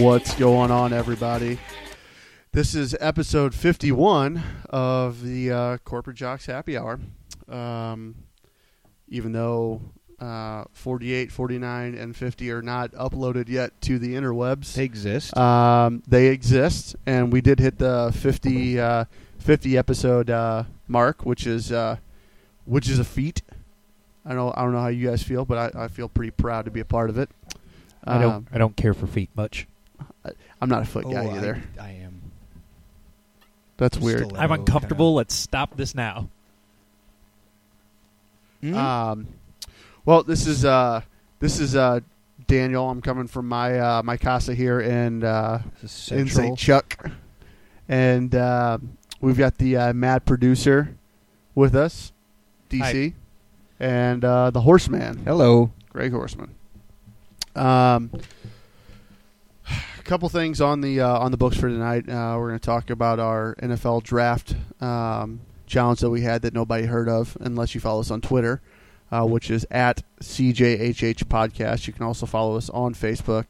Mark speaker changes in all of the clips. Speaker 1: What's going on, everybody? This is episode 51 of the uh, Corporate Jocks Happy Hour. Um, even though uh, 48, 49, and 50 are not uploaded yet to the interwebs,
Speaker 2: They exist.
Speaker 3: Uh,
Speaker 1: um, they exist. And we did hit the 50, uh, 50 episode uh, mark, which is uh, which is a feat. I don't, I don't know how you guys feel, but I, I feel pretty proud to be a part of it.
Speaker 2: I don't.
Speaker 1: Um,
Speaker 2: I don't care for feet much.
Speaker 1: I'm not a foot guy either.
Speaker 3: Oh, I, I am.
Speaker 1: That's weird.
Speaker 3: Still
Speaker 4: I'm uncomfortable. Let's stop this now.
Speaker 3: Hmm? Ah,
Speaker 1: Um, well, this is uh, this is uh, Daniel. I'm coming from my uh, my casa here in uh,
Speaker 2: This
Speaker 1: in
Speaker 2: is
Speaker 1: St.
Speaker 2: central.
Speaker 1: Chuck, and uh, we've got the uh, mad producer with us, DC, and uh, the Horseman.
Speaker 2: Hello.
Speaker 1: Greg Horseman. Um, a couple things on the uh, on the books for tonight. Uh, we're going to talk about our NFL draft um, challenge that we had that nobody heard of, unless you follow us on Twitter, uh, which is at CJHH Podcast. You can also follow us on Facebook,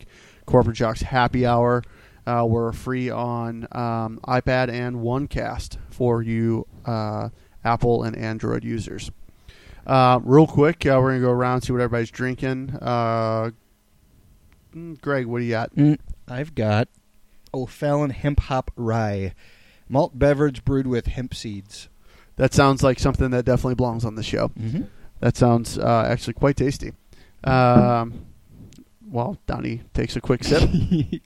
Speaker 1: Corporate Jocks Happy Hour. Uh, we're free on um, iPad and OneCast for you uh, Apple and Android users. Uh, real quick, uh, we're gonna go around see what everybody's drinking. Uh, mm, Greg, what do you got?
Speaker 3: Mm, I've got O'Fallon Hemp Hop Rye, malt beverage brewed with hemp seeds.
Speaker 1: That sounds like something that definitely belongs on the show.
Speaker 3: Mm-hmm.
Speaker 1: That sounds uh, actually quite tasty. Um, well, Donnie takes a quick sip.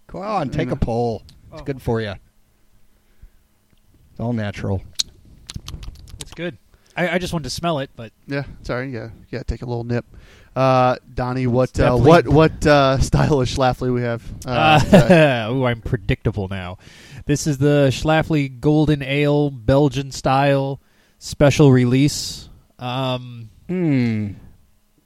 Speaker 3: Go on, take a poll.
Speaker 4: Oh.
Speaker 3: It's good for you. It's all natural.
Speaker 4: It's good. I, I just wanted to smell it, but
Speaker 1: yeah, sorry, yeah, yeah, take a little nip. Uh, Donnie, what uh,
Speaker 4: definitely-
Speaker 1: what what uh, stylish Schlafly we have? Uh,
Speaker 3: Ah,
Speaker 1: today?
Speaker 4: uh, ooh, I'm predictable now. This is the Schlafly Golden Ale Belgian style special release. Um,
Speaker 3: Mm.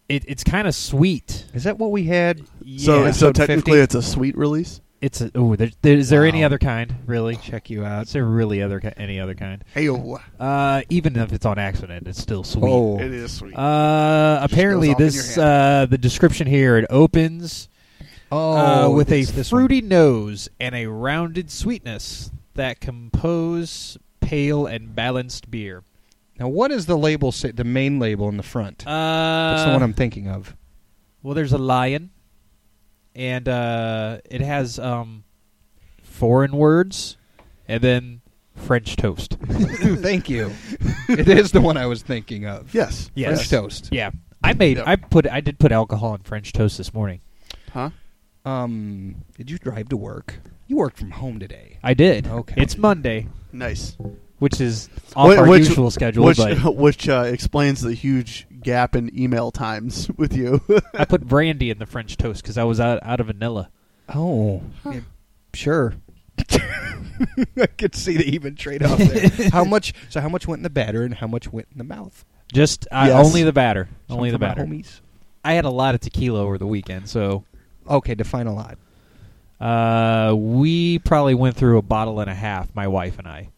Speaker 4: it, it's kind of sweet.
Speaker 3: Is that what we had?
Speaker 1: so
Speaker 4: yeah.
Speaker 1: so
Speaker 3: episode
Speaker 1: technically,
Speaker 3: 50.
Speaker 1: it's a sweet release.
Speaker 4: it's a, ooh, there, there, is there any
Speaker 3: Wow.
Speaker 4: other kind really?
Speaker 3: Check you
Speaker 4: Is
Speaker 3: out.
Speaker 4: there really other ki- any other kind?
Speaker 1: Ayo,
Speaker 4: Uh, even if it's on accident, it's still sweet.
Speaker 3: Oh,
Speaker 1: it is sweet.
Speaker 4: Uh,
Speaker 1: Just
Speaker 4: apparently
Speaker 1: goes off in
Speaker 4: this
Speaker 1: your
Speaker 4: uh, the description here it opens uh,
Speaker 3: oh
Speaker 4: with a
Speaker 3: it's this one.
Speaker 4: fruity nose and a rounded sweetness that compose pale and balanced beer.
Speaker 3: Now, what is the label say? The main label in the front.
Speaker 4: Uh,
Speaker 3: That's the one I'm thinking of.
Speaker 4: well, there's a lion, and uh, it has um, foreign words, and then French toast.
Speaker 3: Thank you. it is the one I was thinking of.
Speaker 1: yes,
Speaker 4: Yes.
Speaker 3: French toast.
Speaker 4: Yeah, I made
Speaker 1: Yep.
Speaker 4: I put I did put alcohol in French toast this morning.
Speaker 1: huh?
Speaker 3: Um, did you drive to work? You worked from home today.
Speaker 4: I did.
Speaker 3: Okay.
Speaker 4: it's Monday,
Speaker 1: Nice.
Speaker 4: which is off
Speaker 1: Wh-
Speaker 4: our
Speaker 1: which-
Speaker 4: usual schedule,
Speaker 1: which
Speaker 4: but
Speaker 1: which uh, explains the huge gap in email times with you.
Speaker 4: I put brandy in the French toast because I was out, out of vanilla.
Speaker 3: Oh, yeah, sure. I could see the even trade off there. how much? So how much went in the batter and how much went in the mouth?
Speaker 4: Just I
Speaker 1: Yes.
Speaker 4: only the batter, only the
Speaker 3: Some for my
Speaker 4: batter.
Speaker 3: Homies.
Speaker 4: I had a lot of tequila over the weekend, so
Speaker 3: Okay, define a lot.
Speaker 4: uh, we probably went through a bottle and a half. My wife and I.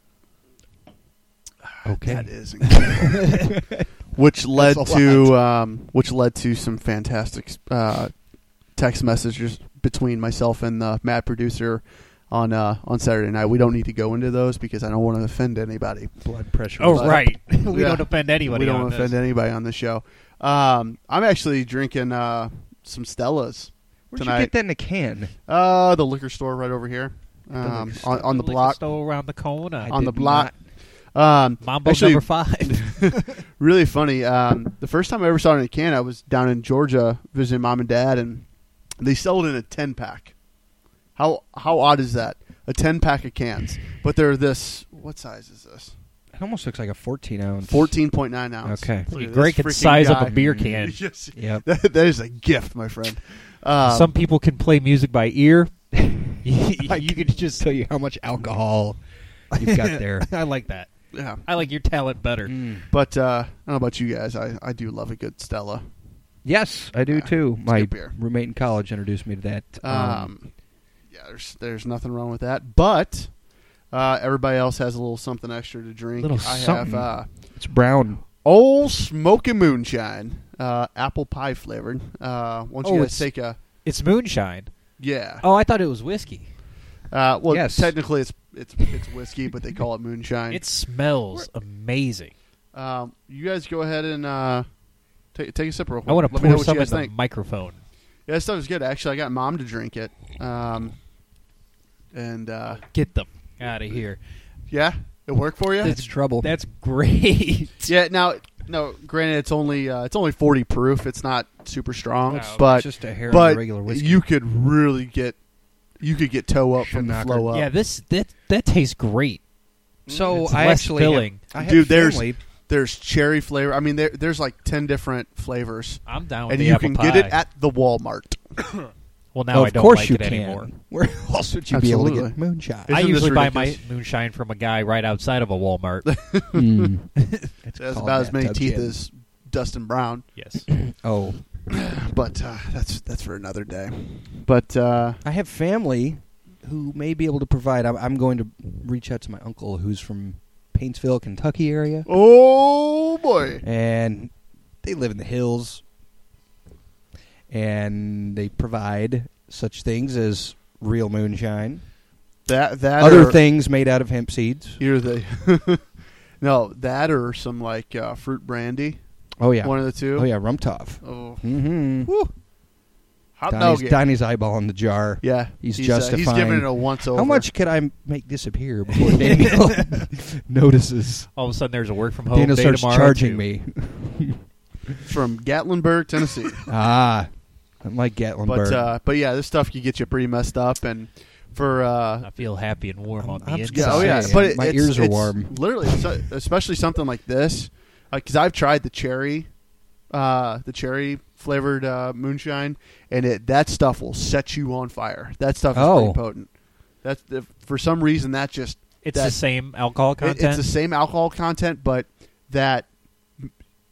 Speaker 3: Okay.
Speaker 1: That is incredible. which led
Speaker 3: That's a
Speaker 1: to um, which led to some fantastic uh, text messages between myself and the mad producer on uh, on Saturday night. We don't need to go into those because I don't want to offend anybody.
Speaker 3: Blood pressure.
Speaker 4: Oh
Speaker 3: was up.
Speaker 4: right, we
Speaker 1: Yeah.
Speaker 4: don't offend anybody.
Speaker 1: we don't
Speaker 4: on
Speaker 1: wanna offend
Speaker 4: this.
Speaker 1: anybody on the show. Um, I'm actually drinking uh, some Stellas.
Speaker 3: Where'd
Speaker 1: tonight.
Speaker 3: you get that in a can?
Speaker 1: Uh, the liquor store right over here um,
Speaker 3: liquor
Speaker 1: on, on the
Speaker 4: Liquor
Speaker 1: block.
Speaker 4: store around the corner.
Speaker 3: I
Speaker 1: on
Speaker 3: did
Speaker 1: the block.
Speaker 3: not-
Speaker 1: Um,
Speaker 4: Mambo
Speaker 1: actually,
Speaker 4: number five.
Speaker 1: really funny. Um, the first time I ever saw it in a can, I was down in Georgia visiting mom and dad, and they sell it in a ten pack. How how odd is that? A ten pack of cans, but they're this. What size is this?
Speaker 3: It almost looks like a fourteen ounce.
Speaker 1: Fourteen point nine ounce.
Speaker 3: Okay.
Speaker 1: Look at this
Speaker 4: Great
Speaker 1: freaking
Speaker 4: size
Speaker 1: guy.
Speaker 4: of a beer can.
Speaker 1: Yes.
Speaker 3: Yep.
Speaker 1: That, that is a gift, my friend. Um,
Speaker 4: Some people can play music by ear. you could just.
Speaker 3: Tell you how much alcohol you've got there.
Speaker 4: I like that.
Speaker 1: yeah,
Speaker 4: I like your talent better.
Speaker 3: Mm.
Speaker 1: but uh, I don't know about you guys. I, I do love a good Stella.
Speaker 3: Yes, I do
Speaker 1: Yeah,
Speaker 3: too.
Speaker 1: it's
Speaker 3: My
Speaker 1: good beer.
Speaker 3: roommate in college introduced me to that.
Speaker 1: Um, yeah, there's there's nothing wrong with that. But uh, everybody else has a little something extra to drink.
Speaker 3: Little
Speaker 1: I have
Speaker 3: something.
Speaker 1: uh,
Speaker 3: it's brown.
Speaker 1: old smoky moonshine, uh, apple pie flavored. Uh, why don't
Speaker 4: Oh,
Speaker 1: you guys
Speaker 4: it's-
Speaker 1: take a
Speaker 4: It's moonshine.
Speaker 1: Yeah.
Speaker 4: Oh, I thought it was whiskey.
Speaker 1: Uh, well,
Speaker 3: Yes.
Speaker 1: technically it's it's it's whiskey, but they call it moonshine.
Speaker 4: It smells amazing.
Speaker 1: um, you guys go ahead and uh, take take a sip real quick.
Speaker 4: I want to
Speaker 1: Let me know
Speaker 4: pour
Speaker 1: what you
Speaker 4: some in
Speaker 1: guys
Speaker 4: the
Speaker 1: think.
Speaker 4: microphone.
Speaker 1: Yeah, this stuff is good. Actually, I got mom to drink it. Um, and uh,
Speaker 4: Get them out of here.
Speaker 1: yeah, it worked for you.
Speaker 3: It's trouble.
Speaker 4: That's great.
Speaker 1: yeah. Now, no. Granted, it's only uh, it's only forty proof. It's not super strong,
Speaker 4: No, it's
Speaker 1: but
Speaker 3: It's just a hair on
Speaker 1: but
Speaker 3: a regular whiskey.
Speaker 1: you could really get you could get toe up from the
Speaker 3: Schnocker.
Speaker 1: flow up.
Speaker 4: yeah, this that that tastes great.
Speaker 3: so
Speaker 4: It's
Speaker 3: I
Speaker 4: less
Speaker 3: actually
Speaker 4: filling.
Speaker 3: Have, I have
Speaker 1: Dude, there's-
Speaker 3: family-
Speaker 1: There's cherry flavor. I mean, there, there's like ten different flavors,
Speaker 4: I'm down with
Speaker 1: and
Speaker 4: Oh, the
Speaker 1: you
Speaker 4: apple
Speaker 1: can
Speaker 4: pie.
Speaker 1: get it at the Walmart.
Speaker 4: well, now I
Speaker 3: of
Speaker 4: don't
Speaker 3: course
Speaker 4: like
Speaker 3: you
Speaker 4: it
Speaker 3: can.
Speaker 4: anymore.
Speaker 3: Where else would you be able to get
Speaker 1: Absolutely.
Speaker 3: moonshine?
Speaker 1: Isn't
Speaker 4: I
Speaker 1: this
Speaker 4: usually buy my
Speaker 1: ridiculous?
Speaker 4: moonshine from a guy right outside of a Walmart.
Speaker 3: Hmm.
Speaker 1: That's
Speaker 3: It's called
Speaker 1: about as many
Speaker 3: bathtub
Speaker 1: teeth
Speaker 3: gin.
Speaker 1: as Dustin Brown.
Speaker 4: yes.
Speaker 3: Oh,
Speaker 1: But uh, that's that's for another day. But uh,
Speaker 3: I have family who may be able to provide. I'm, I'm going to reach out to my uncle who's from Paintsville, Kentucky area,
Speaker 1: oh boy,
Speaker 3: and they live in the hills, and they provide such things as real moonshine,
Speaker 1: that that
Speaker 3: other
Speaker 1: or
Speaker 3: things made out of hemp seeds.
Speaker 1: Either the no that or some like uh, fruit brandy.
Speaker 3: Oh yeah,
Speaker 1: One of the two.
Speaker 3: oh yeah, Rumtov.
Speaker 1: Oh.
Speaker 3: Mm-hmm.
Speaker 1: Woo. Hot
Speaker 3: Donnie's,
Speaker 1: nugget.
Speaker 3: Donnie's eyeball in the jar.
Speaker 1: Yeah,
Speaker 3: He's
Speaker 1: uh, he's
Speaker 3: justifying-
Speaker 1: giving it a once over.
Speaker 3: How much could I make disappear before Daniel notices?
Speaker 4: All of a sudden, there's a work from home.
Speaker 3: Daniel
Speaker 4: day
Speaker 3: starts
Speaker 4: tomorrow,
Speaker 3: charging
Speaker 4: too.
Speaker 3: me.
Speaker 1: from Gatlinburg, Tennessee?
Speaker 3: Ah, I'm like Gatlinburg.
Speaker 1: but uh, but yeah, this stuff can get you pretty messed up, and for uh,
Speaker 4: I feel happy and warm
Speaker 3: I'm-
Speaker 4: on the
Speaker 3: I'm
Speaker 4: inside.
Speaker 1: yeah, oh yeah,
Speaker 3: Say,
Speaker 1: but it,
Speaker 3: my
Speaker 1: it's-
Speaker 3: ears are
Speaker 1: it's
Speaker 3: warm.
Speaker 1: Literally, so, especially something like this, because I've tried the cherry, uh, the cherry flavored uh, moonshine, and it that stuff will set you on fire. That stuff is
Speaker 3: Oh.
Speaker 1: pretty potent. That's if, for some reason that just
Speaker 4: It's
Speaker 1: that-
Speaker 4: the same alcohol
Speaker 1: it-
Speaker 4: content.
Speaker 1: it's the same alcohol content, but that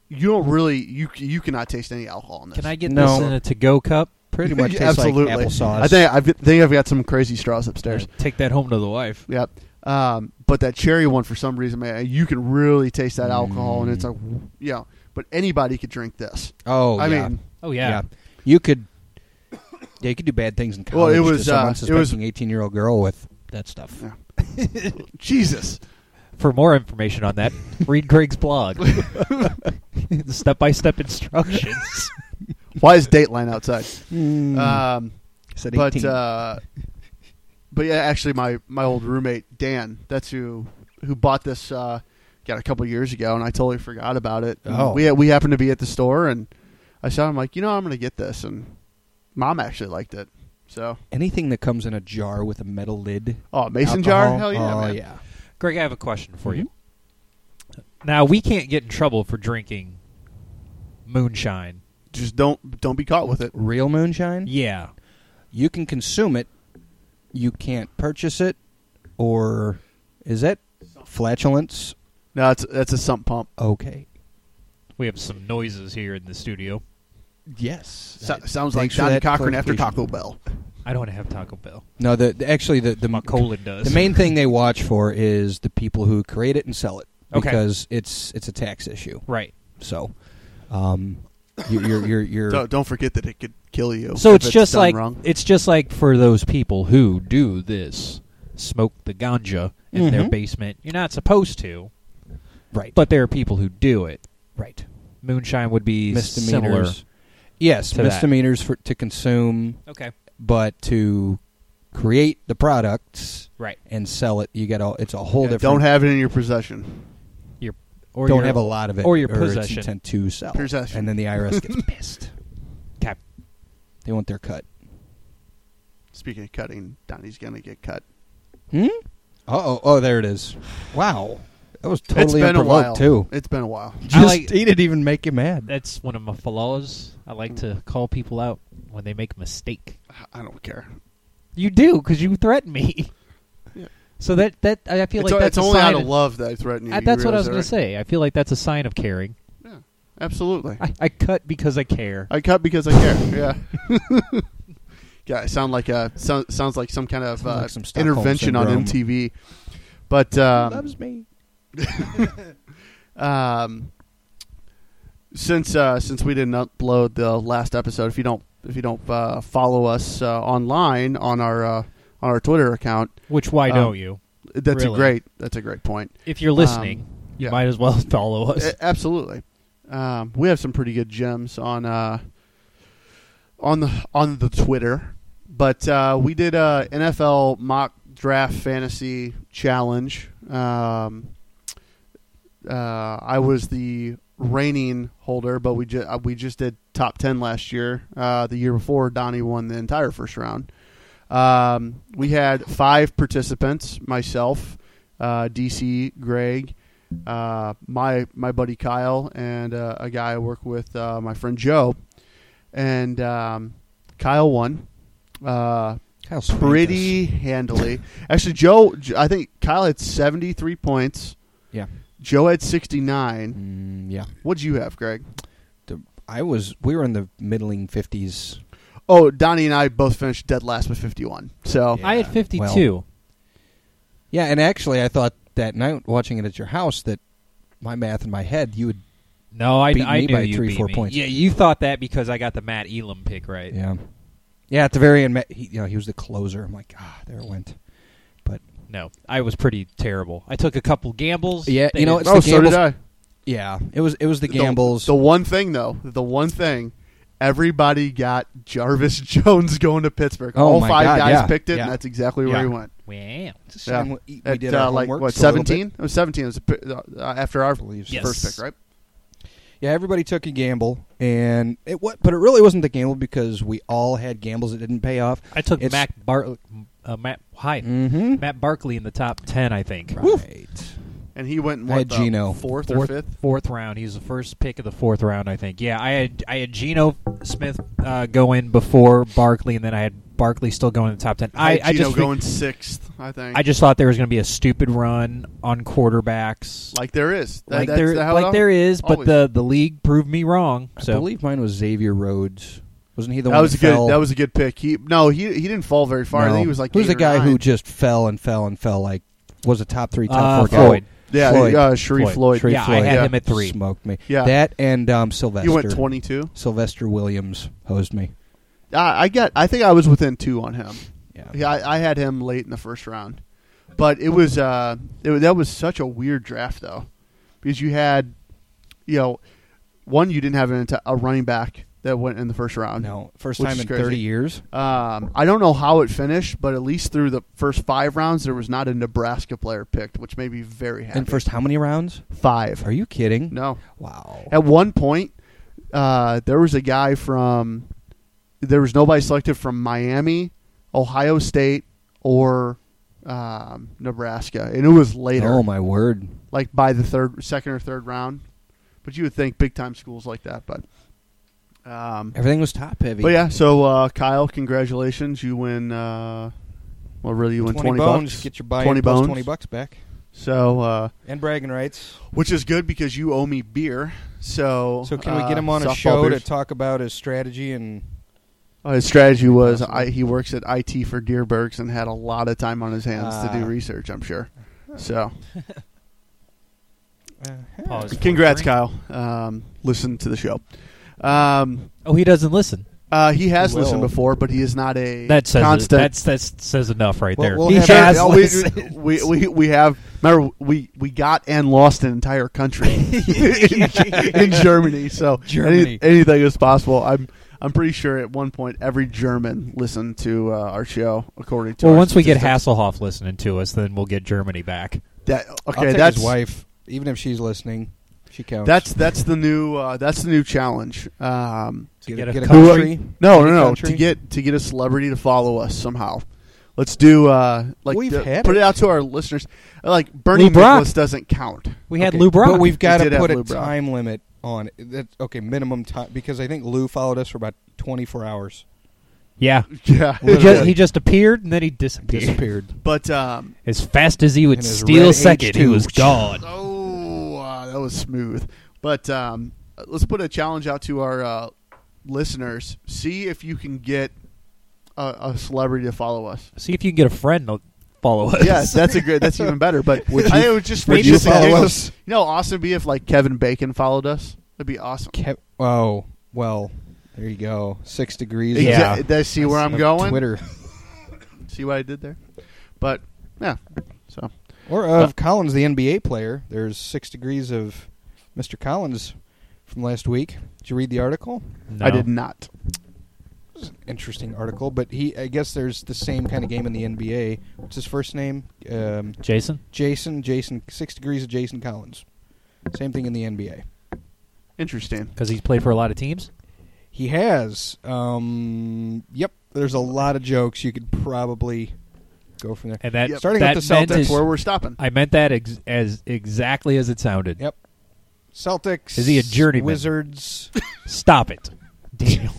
Speaker 1: you don't really you you cannot taste any alcohol in this.
Speaker 4: Can I get
Speaker 3: No.
Speaker 4: this in a to-go cup?
Speaker 3: pretty much
Speaker 1: Yeah,
Speaker 3: tastes
Speaker 1: absolutely.
Speaker 3: like applesauce.
Speaker 1: I think I've, think I've got some crazy straws upstairs.
Speaker 4: Take that home to the wife.
Speaker 1: Yep. Um, but that cherry one, for some reason, man, you can really taste that alcohol, and it's like, yeah. But anybody could drink this.
Speaker 3: Mm. Oh,
Speaker 1: I
Speaker 3: yeah.
Speaker 1: mean,
Speaker 4: Oh yeah.
Speaker 3: You could. Yeah, you could do bad things in
Speaker 1: Well,
Speaker 3: college.
Speaker 1: it
Speaker 3: to
Speaker 1: was,
Speaker 3: some
Speaker 1: uh, it was-
Speaker 3: unsuspecting eighteen-year-old girl with that stuff.
Speaker 1: Yeah. Jesus.
Speaker 4: For more information on that, read Greg's blog. The Step-by-step instructions.
Speaker 1: Why is Dateline outside?
Speaker 3: Mm.
Speaker 1: Um,
Speaker 3: Said
Speaker 1: but
Speaker 3: 18.
Speaker 1: uh, but yeah, actually, my my old roommate Dan, that's who who bought this. Uh, got a couple years ago, and I totally forgot about it. And
Speaker 3: Oh.
Speaker 1: we we happened to be at the store, and I saw him like, you know, I'm gonna get this, and mom actually liked it. So,
Speaker 3: anything that comes in a jar with a metal lid,
Speaker 1: oh, mason jar,
Speaker 3: Alcohol?
Speaker 1: hell yeah,
Speaker 3: oh
Speaker 1: man.
Speaker 3: yeah.
Speaker 4: Greg, I have a question for you. Now we can't get in trouble for drinking moonshine.
Speaker 1: Just don't don't be caught with it.
Speaker 3: Real moonshine,
Speaker 4: Yeah.
Speaker 3: you can consume it. You can't purchase it, or is that flatulence?
Speaker 1: No, it's that's a sump pump.
Speaker 3: Okay.
Speaker 4: We have some noises here in the studio.
Speaker 3: Yes.
Speaker 1: So, sounds
Speaker 3: Thanks
Speaker 1: like
Speaker 3: for
Speaker 1: Johnny
Speaker 3: that
Speaker 1: Cochran after Taco
Speaker 3: clarification.
Speaker 1: Bell.
Speaker 4: I don't have Taco Bell.
Speaker 3: No, the, the- actually the the
Speaker 4: My colon does.
Speaker 3: The main thing they watch for is the people who create it and sell it
Speaker 4: Okay.
Speaker 3: because it's it's a tax issue.
Speaker 4: Right.
Speaker 3: So, um, you- you're you're you're,
Speaker 1: Don't, don't forget that it could kill you.
Speaker 4: So
Speaker 1: if
Speaker 4: it's, just
Speaker 1: done
Speaker 4: like
Speaker 1: wrong.
Speaker 4: it's just like for those people who do this, smoke the ganja in their
Speaker 3: Mhm.
Speaker 4: basement. You're not supposed to,
Speaker 3: right,
Speaker 4: but there are people who do it.
Speaker 3: right
Speaker 4: Moonshine would be similar.
Speaker 3: misdemeanors. Yes,
Speaker 4: to that.
Speaker 3: misdemeanors for to consume,
Speaker 4: Okay.
Speaker 3: but to create the products
Speaker 4: Right.
Speaker 3: and sell it, you got all. It's a whole
Speaker 1: Yeah,
Speaker 3: different.
Speaker 1: don't have it in your possession.
Speaker 4: Your or
Speaker 3: don't
Speaker 4: your,
Speaker 3: have a lot of it
Speaker 4: or your
Speaker 3: it's
Speaker 4: possession.
Speaker 3: intent to sell it.
Speaker 1: Possession.
Speaker 3: and then the IRS gets pissed.
Speaker 4: Okay.
Speaker 3: They want their cut.
Speaker 1: Speaking of cutting, Donnie's gonna get cut.
Speaker 3: Hmm. Oh, oh, there it is. Wow, that was
Speaker 1: it's
Speaker 3: totally
Speaker 1: been a while
Speaker 3: unprovoked too.
Speaker 1: It's been a while.
Speaker 4: I like-
Speaker 3: he didn't even make you mad.
Speaker 4: That's one of my flaws. I like to
Speaker 3: Mm.
Speaker 4: call people out when they make a mistake.
Speaker 1: I don't care.
Speaker 4: You do because you threaten me.
Speaker 1: Yeah.
Speaker 4: So that that I feel
Speaker 1: It's,
Speaker 4: like
Speaker 1: it's
Speaker 4: that's a
Speaker 1: only
Speaker 4: sign
Speaker 1: out of love that I threaten you.
Speaker 4: I-
Speaker 1: You
Speaker 4: that's what I
Speaker 1: realize
Speaker 4: was going
Speaker 1: that,
Speaker 4: to say. I feel like that's a sign of caring.
Speaker 1: right? Yeah, absolutely. I,
Speaker 4: I, I cut because I care.
Speaker 1: cut because I care. Yeah. yeah, I sound like a sound, sounds like some kind of
Speaker 3: Sounds
Speaker 1: uh,
Speaker 3: like some Stockholm
Speaker 1: intervention on
Speaker 3: syndrome.
Speaker 1: MTV. But um,
Speaker 3: loves me.
Speaker 1: um, since uh, since we didn't upload the last episode, if you don't if you don't uh, follow us uh, online on our uh, on our Twitter account,
Speaker 4: Which why
Speaker 1: Um,
Speaker 4: don't you?
Speaker 1: that's
Speaker 4: Really?
Speaker 1: a great that's a great point.
Speaker 4: If you're listening, you
Speaker 1: um, yeah. Uh,
Speaker 4: might as well follow us.
Speaker 1: A- absolutely. Um, we have some pretty good gems on uh, on the on the Twitter, but uh, we did a NFL mock draft fantasy challenge. Um, uh, I was the reigning holder, but we just we just did top ten last year. Uh, the year before, Donnie won the entire first round. Um, we had five participants: myself, uh, DC, Greg, uh, my my buddy Kyle, and uh, a guy I work with, uh, my friend Joe. And um, Kyle won uh,
Speaker 3: Kyle Swank is-
Speaker 1: pretty handily. Actually, Joe, J- I think Kyle had seventy three points.
Speaker 3: Yeah.
Speaker 1: Joe had sixty nine.
Speaker 3: Mm, yeah,
Speaker 1: What'd you have, Greg?
Speaker 3: I was. We were in the middling fifties.
Speaker 1: Oh, Donnie and I both finished dead last with fifty one. So
Speaker 4: I had
Speaker 3: Yeah,
Speaker 4: 52.
Speaker 3: Yeah, and actually, I thought that night watching it at your house that my math in my head, you would.
Speaker 4: no, I,
Speaker 3: beat
Speaker 4: I
Speaker 3: me
Speaker 4: knew
Speaker 3: by
Speaker 4: you
Speaker 3: three,
Speaker 4: beat
Speaker 3: four
Speaker 4: me.
Speaker 3: points.
Speaker 4: Yeah, you thought that because I got the Matt Elam pick right.
Speaker 3: Yeah, yeah. At the very end, Matt- he, you know, he was the closer. I'm like, ah, there it went.
Speaker 4: No, I was pretty terrible. I took a couple gambles.
Speaker 3: Yeah,
Speaker 4: They
Speaker 3: you know,
Speaker 4: didn't-
Speaker 3: It's the
Speaker 1: oh, so did
Speaker 3: gambles-
Speaker 1: I.
Speaker 3: Yeah, it was. It was the gambles.
Speaker 1: The one thing though, the one thing, everybody got Jarvis Jones going to Pittsburgh.
Speaker 3: Oh,
Speaker 1: All
Speaker 3: my
Speaker 1: five
Speaker 3: God,
Speaker 1: guys
Speaker 3: yeah,
Speaker 1: picked it,
Speaker 3: yeah.
Speaker 1: and that's exactly where
Speaker 4: Yeah.
Speaker 1: he went.
Speaker 4: Wow.
Speaker 3: It's a
Speaker 1: yeah.
Speaker 3: shame we, we
Speaker 1: At,
Speaker 3: did
Speaker 1: uh,
Speaker 3: our
Speaker 1: like
Speaker 3: homework
Speaker 1: what
Speaker 3: a little bit.
Speaker 1: seventeen? It was seventeen. It was a pi- uh, after our
Speaker 3: believes
Speaker 4: Yes.
Speaker 1: first pick, right?
Speaker 3: Yeah, everybody took a gamble, and it what? But it really wasn't the gamble because we all had gambles that didn't pay off.
Speaker 4: I took
Speaker 3: It's-
Speaker 4: Mac Bar- uh, Matt, hi,
Speaker 3: Mm-hmm.
Speaker 4: Matt Barkley in the top 10, I think.
Speaker 3: Right.
Speaker 1: And he went in,
Speaker 3: I
Speaker 1: what,
Speaker 3: had
Speaker 1: the
Speaker 3: Geno.
Speaker 1: fourth,
Speaker 4: Fourth,
Speaker 1: or fifth.
Speaker 4: fourth round. He's the first pick of the fourth round, I think. Yeah, I had I had Geno Smith uh, going before Barkley, and then I had Barkley still going in the top ten. I, I
Speaker 1: Geno
Speaker 4: just
Speaker 1: going sixth, I think.
Speaker 4: I just thought there was going to be a stupid run on quarterbacks,
Speaker 1: like there is That-
Speaker 4: like
Speaker 1: that's
Speaker 4: there
Speaker 1: how it
Speaker 4: like
Speaker 1: al-
Speaker 4: there is, but
Speaker 1: always-
Speaker 4: the the league proved me wrong. So
Speaker 3: I believe mine was Xavier Rhodes. Wasn't he the
Speaker 1: that
Speaker 3: one
Speaker 1: was a
Speaker 3: that
Speaker 1: good
Speaker 3: fell?
Speaker 1: that was a good pick. He no he he didn't fall very far. I
Speaker 3: No.
Speaker 1: think he was like
Speaker 3: who's
Speaker 1: eight or
Speaker 3: the guy who
Speaker 1: nine.
Speaker 3: just fell and fell and fell like was a top three top
Speaker 4: Uh,
Speaker 3: four guy.
Speaker 4: Floyd.
Speaker 1: yeah
Speaker 3: Floyd.
Speaker 1: uh, Sharif
Speaker 4: Floyd.
Speaker 1: Floyd.
Speaker 3: Trey
Speaker 4: Yeah, I
Speaker 3: Floyd.
Speaker 4: had him at three.
Speaker 3: Smoked me.
Speaker 1: Yeah.
Speaker 3: that and um, Sylvester.
Speaker 1: You went twenty two.
Speaker 3: Sylvester Williams hosed me.
Speaker 1: I got I think I was within two on him.
Speaker 3: Yeah,
Speaker 1: Yeah, I, I had him late in the first round, but it was uh, it, was- that was such a weird draft though, because you had, you know, one you didn't have an, enti- a running back that went in the first round.
Speaker 3: no, first
Speaker 1: Which
Speaker 3: time
Speaker 1: is
Speaker 3: in
Speaker 1: crazy.
Speaker 3: thirty years.
Speaker 1: Um, I don't know how it finished, but at least through the first five rounds, there was not a Nebraska player picked, which made me very happy.
Speaker 3: And first, how many rounds?
Speaker 1: five,
Speaker 3: Are you kidding?
Speaker 1: no.
Speaker 3: Wow.
Speaker 1: At one point, uh, there was a guy from, there was nobody selected from Miami, Ohio State, or um, Nebraska, and it was later,
Speaker 3: Oh my word.
Speaker 1: like by the third, second or third round. But you would think big time schools like that, but. Um,
Speaker 3: Everything was top heavy.
Speaker 1: but yeah, so uh, Kyle, congratulations! You win. Uh, well, really, you win twenty,
Speaker 3: bones.
Speaker 1: bucks.
Speaker 3: Get your buy
Speaker 1: 20
Speaker 3: 20
Speaker 1: bones.
Speaker 3: twenty bucks back
Speaker 1: So, uh,
Speaker 3: and bragging rights.
Speaker 1: which is good because you owe me beer. So,
Speaker 3: So can we
Speaker 1: uh,
Speaker 3: get him on a
Speaker 1: softball
Speaker 3: show
Speaker 1: beers.
Speaker 3: to talk about his strategy and?
Speaker 1: Uh, his strategy was
Speaker 3: Possible.
Speaker 1: I, he works at IT for Deerbergs and had a lot of time on his hands to do
Speaker 3: Ah.
Speaker 1: research. I'm sure. So,
Speaker 3: uh,
Speaker 4: Pause. Just
Speaker 1: congrats,
Speaker 4: one
Speaker 1: Kyle. Um, listen to the show. Um,
Speaker 4: oh, he doesn't listen.
Speaker 1: uh, he has
Speaker 3: He will.
Speaker 1: listened before, but he is not a
Speaker 4: That says
Speaker 1: constant.
Speaker 4: that's that says enough right
Speaker 3: Well,
Speaker 4: there.
Speaker 3: we'll
Speaker 4: he
Speaker 3: have-
Speaker 4: has
Speaker 1: Oh,
Speaker 4: listened.
Speaker 1: we, we, we, we have. Remember, we, we got and lost an entire country in, in Germany. So any-
Speaker 3: Germany.
Speaker 1: anything is possible. I'm I'm pretty sure at one point every German listened to uh, our show. According to
Speaker 4: Well,
Speaker 1: our
Speaker 4: once we get
Speaker 1: statistics.
Speaker 4: Hasselhoff listening to us, then we'll get Germany back.
Speaker 1: that
Speaker 3: I'll
Speaker 1: okay,
Speaker 3: take
Speaker 1: that's
Speaker 3: his wife. Even if she's listening, she counts.
Speaker 1: that's that's the new uh, that's the new challenge. Um,
Speaker 3: to
Speaker 4: Get
Speaker 3: get,
Speaker 4: a
Speaker 3: a, get a
Speaker 1: country.
Speaker 3: country.
Speaker 1: no,
Speaker 3: Any
Speaker 1: no, no,
Speaker 3: country?
Speaker 1: to get to get a celebrity to follow us somehow. Let's do uh, like
Speaker 3: We've
Speaker 1: the-
Speaker 3: had
Speaker 1: put it.
Speaker 3: it.
Speaker 1: out to our listeners. Like Bernie
Speaker 4: Brock.
Speaker 1: Nicholas doesn't count.
Speaker 4: We had
Speaker 3: Okay,
Speaker 4: Lou Brock.
Speaker 3: but we've got
Speaker 1: did
Speaker 3: to
Speaker 1: have
Speaker 3: put a
Speaker 1: Lou Brock.
Speaker 3: time limit on it. That's, okay, minimum time because I think Lou followed us for about twenty four hours.
Speaker 4: yeah.
Speaker 1: Yeah,
Speaker 4: He
Speaker 3: Literally.
Speaker 4: just, he just appeared and then he disappeared.
Speaker 3: Disappeared.
Speaker 1: but um,
Speaker 4: As fast as he would
Speaker 3: And his
Speaker 4: steal
Speaker 3: red
Speaker 4: a second, he
Speaker 3: H2.
Speaker 4: was gone.
Speaker 1: Oh, uh, that was smooth. But um, let's put a challenge out to our uh, listeners. See if you can get a, a celebrity to follow us.
Speaker 4: See if you can get a friend to follow us.
Speaker 1: Yes, that's a good. That's even better. But
Speaker 3: Would
Speaker 1: I
Speaker 3: you-
Speaker 1: think it was just
Speaker 3: would
Speaker 1: maybe
Speaker 3: you
Speaker 1: just a
Speaker 3: follow
Speaker 1: giggle.
Speaker 3: us?
Speaker 1: You know, how awesome it'd be if like Kevin Bacon followed us. That'd be awesome.
Speaker 3: Kev- oh well, There you go. Six degrees.
Speaker 2: Yeah.
Speaker 3: of-
Speaker 1: Exa- Did see where I'm
Speaker 3: of
Speaker 1: going?
Speaker 3: Twitter
Speaker 1: See what I did there? But yeah, so
Speaker 3: or
Speaker 1: Uh,
Speaker 3: of Collins, the NBA player. There's six degrees of Mr. Collins from last week. Did you read the article?
Speaker 1: I did not.
Speaker 3: Interesting article, but he. I guess there's the same kind of game in the NBA. What's his first name? Um,
Speaker 2: Jason?
Speaker 3: Jason. Jason. Six degrees of Jason Collins. Same thing in the NBA.
Speaker 1: Interesting.
Speaker 2: Because he's played for a lot of teams?
Speaker 3: He has. Um, yep. There's a lot of jokes you could probably go from there.
Speaker 4: And that
Speaker 1: Yep.
Speaker 3: Starting
Speaker 4: that
Speaker 3: with the
Speaker 4: meant
Speaker 3: Celtics.
Speaker 1: That's
Speaker 4: his-
Speaker 1: where we're stopping.
Speaker 4: I meant that ex- as exactly as it sounded.
Speaker 3: Yep. Celtics.
Speaker 2: Is he a journeyman?
Speaker 3: Wizards.
Speaker 4: Stop it, Daniel.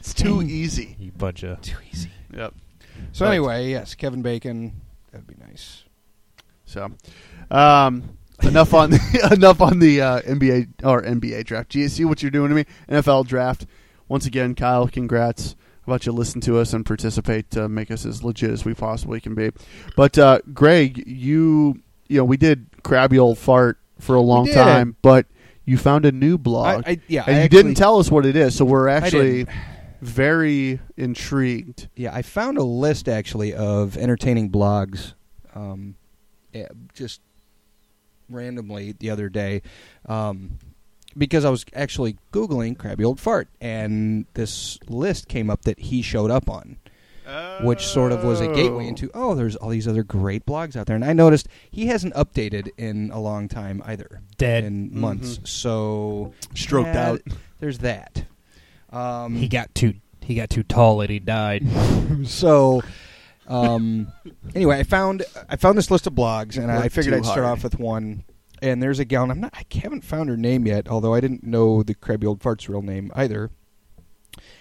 Speaker 1: It's too easy.
Speaker 4: you bunch of
Speaker 3: Too easy.
Speaker 1: Yep.
Speaker 3: So
Speaker 1: But-
Speaker 3: anyway, yes, Kevin Bacon. That'd be nice.
Speaker 1: So, um, enough on enough on the uh, NBA or NBA draft. Gee, see what you're doing to me. NFL draft. Once again, Kyle, congrats. How about you listen to us and participate to make us as legit as we possibly can be? But uh, Greg, you you know we did crabby old fart for a long
Speaker 3: did.
Speaker 1: time, but you found a new blog.
Speaker 3: I, I, yeah,
Speaker 1: and
Speaker 3: I
Speaker 1: you
Speaker 3: actually-
Speaker 1: didn't tell us what it is, so we're actually
Speaker 3: didn't.
Speaker 1: very intrigued.
Speaker 3: Yeah, I found a list actually of entertaining blogs, um, eh, just randomly the other day, um, because I was actually googling "crabby old fart" and this list came up that he showed up on, which sort of was a gateway into oh, there's all these other great blogs out there, and I noticed he hasn't updated in a long time either,
Speaker 4: dead.
Speaker 3: in months. So
Speaker 1: stroked
Speaker 3: yeah,
Speaker 1: out.
Speaker 3: There's that. Um,
Speaker 2: He got too he got too tall and he died.
Speaker 3: so um, anyway, I found I found this list of blogs, and I
Speaker 1: Worked
Speaker 3: figured
Speaker 1: too
Speaker 3: I'd start
Speaker 1: hard.
Speaker 3: off with one. And there's a gal. And I'm not. I haven't found her name yet, although I didn't know the crabby old fart's real name either.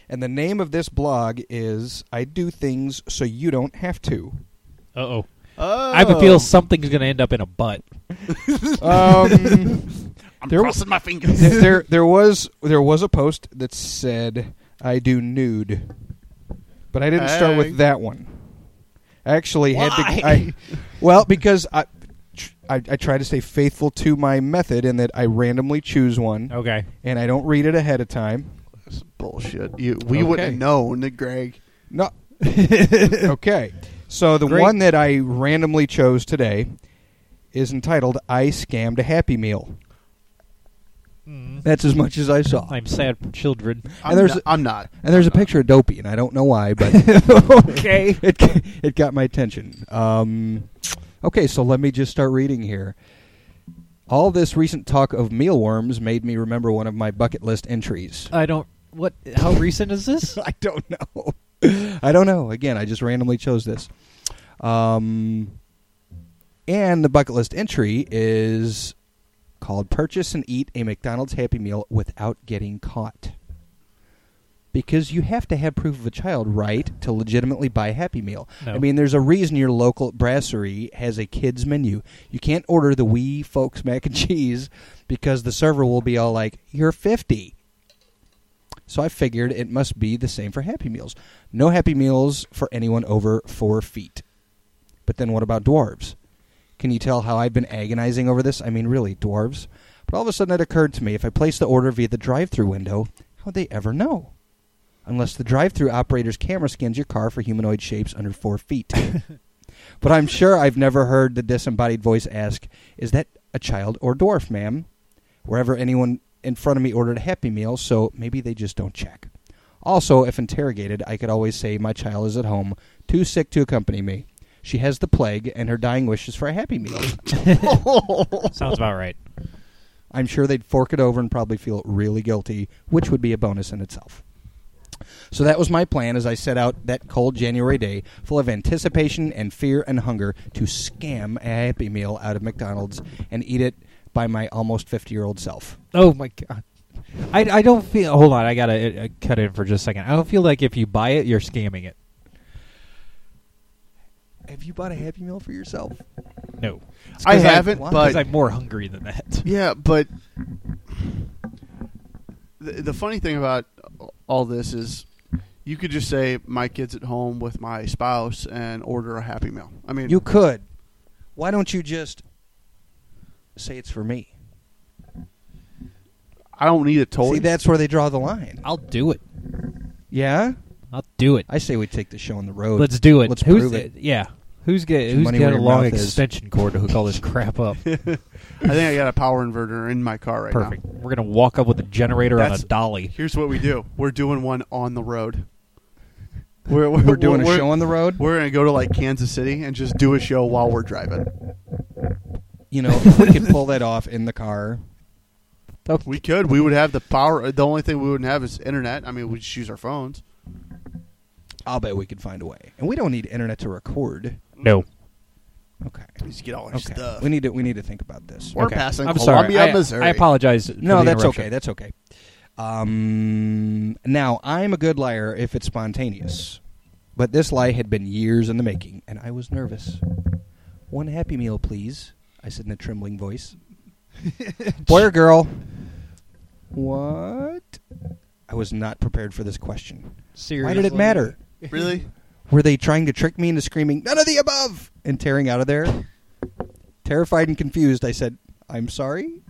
Speaker 3: And the name of this blog is "I Do Things So You Don't Have to."
Speaker 4: Uh oh.
Speaker 1: Oh.
Speaker 4: I have a feel something's gonna end up in a butt.
Speaker 3: Um,
Speaker 1: I'm
Speaker 3: There-
Speaker 1: crossing my fingers.
Speaker 3: there, there, there was there was a post that said "I do nude," but I didn't start
Speaker 1: Hey.
Speaker 3: with that one. I actually had to.
Speaker 1: Why?
Speaker 3: I, well, because I, tr- I I try to stay faithful to my method in that I randomly choose one
Speaker 4: Okay.
Speaker 3: and I don't read it ahead of time.
Speaker 1: That's bullshit. You, we
Speaker 3: Okay.
Speaker 1: wouldn't have known that Greg.
Speaker 3: No. okay. So the
Speaker 4: Great.
Speaker 3: one that I randomly chose today is entitled "I Scammed a Happy Meal."
Speaker 4: Mm-hmm.
Speaker 3: That's as much as I saw.
Speaker 4: I'm sad for children.
Speaker 1: I'm,
Speaker 3: And there's
Speaker 1: not, i I'm not.
Speaker 3: And there's a picture of Dopey, and I don't know why, but
Speaker 4: Okay.
Speaker 3: it it got my attention. Um, okay, so let me just start reading here. All this recent talk of mealworms made me remember one of my bucket list entries.
Speaker 4: I don't. What? How recent is this?
Speaker 3: Uh, I don't know. I don't know. Again, I just randomly chose this. Um, and the bucket list entry is called Purchase and Eat a McDonald's Happy Meal Without Getting Caught. Because you have to have proof of a child, right, to legitimately buy Happy Meal.
Speaker 4: No.
Speaker 3: I mean, there's a reason your local brasserie has a kids menu. You can't order the wee folks mac and cheese because the server will be all like, "You're 50." So I figured it must be the same for Happy Meals. No Happy Meals for anyone over four feet. But then what about dwarves? Can you tell how I've been agonizing over this? I mean, really, dwarves. But all of a sudden it occurred to me if I place the order via the drive through window, how would they ever know? Unless the drive through operator's camera scans your car for humanoid shapes under four feet. but I'm sure I've never heard the disembodied voice ask, Is that a child or dwarf, ma'am? Wherever anyone in front of me ordered a Happy Meal, so maybe they just don't check. Also, if interrogated, I could always say, My child is at home, too sick to accompany me. She has the plague, and her dying wish is for a Happy Meal.
Speaker 4: Sounds about right.
Speaker 3: I'm sure they'd fork it over and probably feel really guilty, which would be a bonus in itself. So that was my plan as I set out that cold January day, full of anticipation and fear and hunger, to scam a Happy Meal out of McDonald's and eat it by my almost 50 year old self.
Speaker 4: Oh my god. I, I don't feel. Hold on, I gotta uh, cut in for just a second. I don't feel like if you buy it, you're scamming it.
Speaker 3: Have you bought a Happy Meal for yourself?
Speaker 4: No,
Speaker 1: I
Speaker 3: 'cause I-
Speaker 1: haven't,
Speaker 3: why?
Speaker 1: but
Speaker 4: because I'm more hungry than that.
Speaker 1: yeah, but the, the funny thing about all this is, you could just say my kids at home with my spouse and order a Happy Meal. I mean,
Speaker 3: You could. Why don't you just say it's for me?
Speaker 1: I don't need a toy.
Speaker 3: See, that's where they draw the line.
Speaker 4: I'll do it.
Speaker 3: Yeah,
Speaker 4: I'll do it.
Speaker 3: I say we take the show on the road.
Speaker 4: Let's do it.
Speaker 3: Let's
Speaker 4: who's
Speaker 3: prove
Speaker 4: the-
Speaker 3: it.
Speaker 4: Yeah. Who's get,
Speaker 3: Some
Speaker 4: who's
Speaker 3: money
Speaker 4: got
Speaker 3: where
Speaker 4: a
Speaker 3: your
Speaker 4: long
Speaker 3: mouth is.
Speaker 4: extension cord to hook all this crap up?
Speaker 1: I think I got a power inverter in my car right
Speaker 4: Perfect.
Speaker 1: now.
Speaker 4: We're gonna walk up with a generator
Speaker 1: That's-
Speaker 4: on a dolly.
Speaker 1: Here's what we do: we're doing one on the road. We're, we're,
Speaker 3: We're doing
Speaker 1: we're-
Speaker 3: a show on the road.
Speaker 1: We're gonna go to like Kansas City and just do a show while we're driving.
Speaker 3: You know, if we could pull that off in the car.
Speaker 1: We could. We would have the power. The only thing we wouldn't have is internet. I mean, we just use our phones.
Speaker 3: I'll bet we could find a way. And we don't need internet to record.
Speaker 4: No.
Speaker 3: Okay.
Speaker 1: We just get all our
Speaker 3: Okay.
Speaker 4: uh,
Speaker 1: stuff.
Speaker 3: We need to we need to think about this.
Speaker 1: We're
Speaker 4: Okay.
Speaker 1: passing
Speaker 4: I'm
Speaker 1: Columbia,
Speaker 4: sorry. I,
Speaker 1: Missouri.
Speaker 4: I apologize. for
Speaker 3: No,
Speaker 4: the
Speaker 3: that's
Speaker 4: interruption.
Speaker 3: okay. That's okay. Um, now I'm a good liar if it's spontaneous, but this lie had been years in the making, and I was nervous. One happy meal, please. I said in a trembling voice. Boy or girl? What? I was not prepared for this question.
Speaker 4: Seriously.
Speaker 3: Why did it matter?
Speaker 1: really?
Speaker 3: Were they trying to trick me into screaming "None of the above" and tearing out of there? Terrified and confused, I said, "I'm sorry."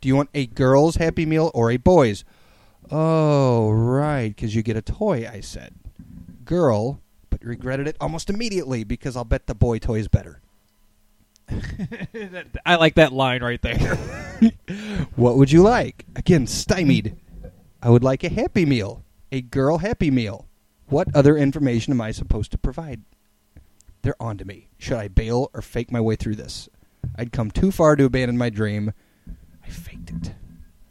Speaker 3: Do you want a girl's Happy Meal or a boy's? Oh, right, because you get a toy. I said, "Girl," but regretted it almost immediately because I'll bet the boy toy is better.
Speaker 4: I like that line right there.
Speaker 3: What would you like? Again, stymied. I would like a Happy Meal, a girl Happy Meal. What other information am I supposed to provide? They're on to me. Should I bail or fake my way through this? I'd come too far to abandon my dream. I faked it.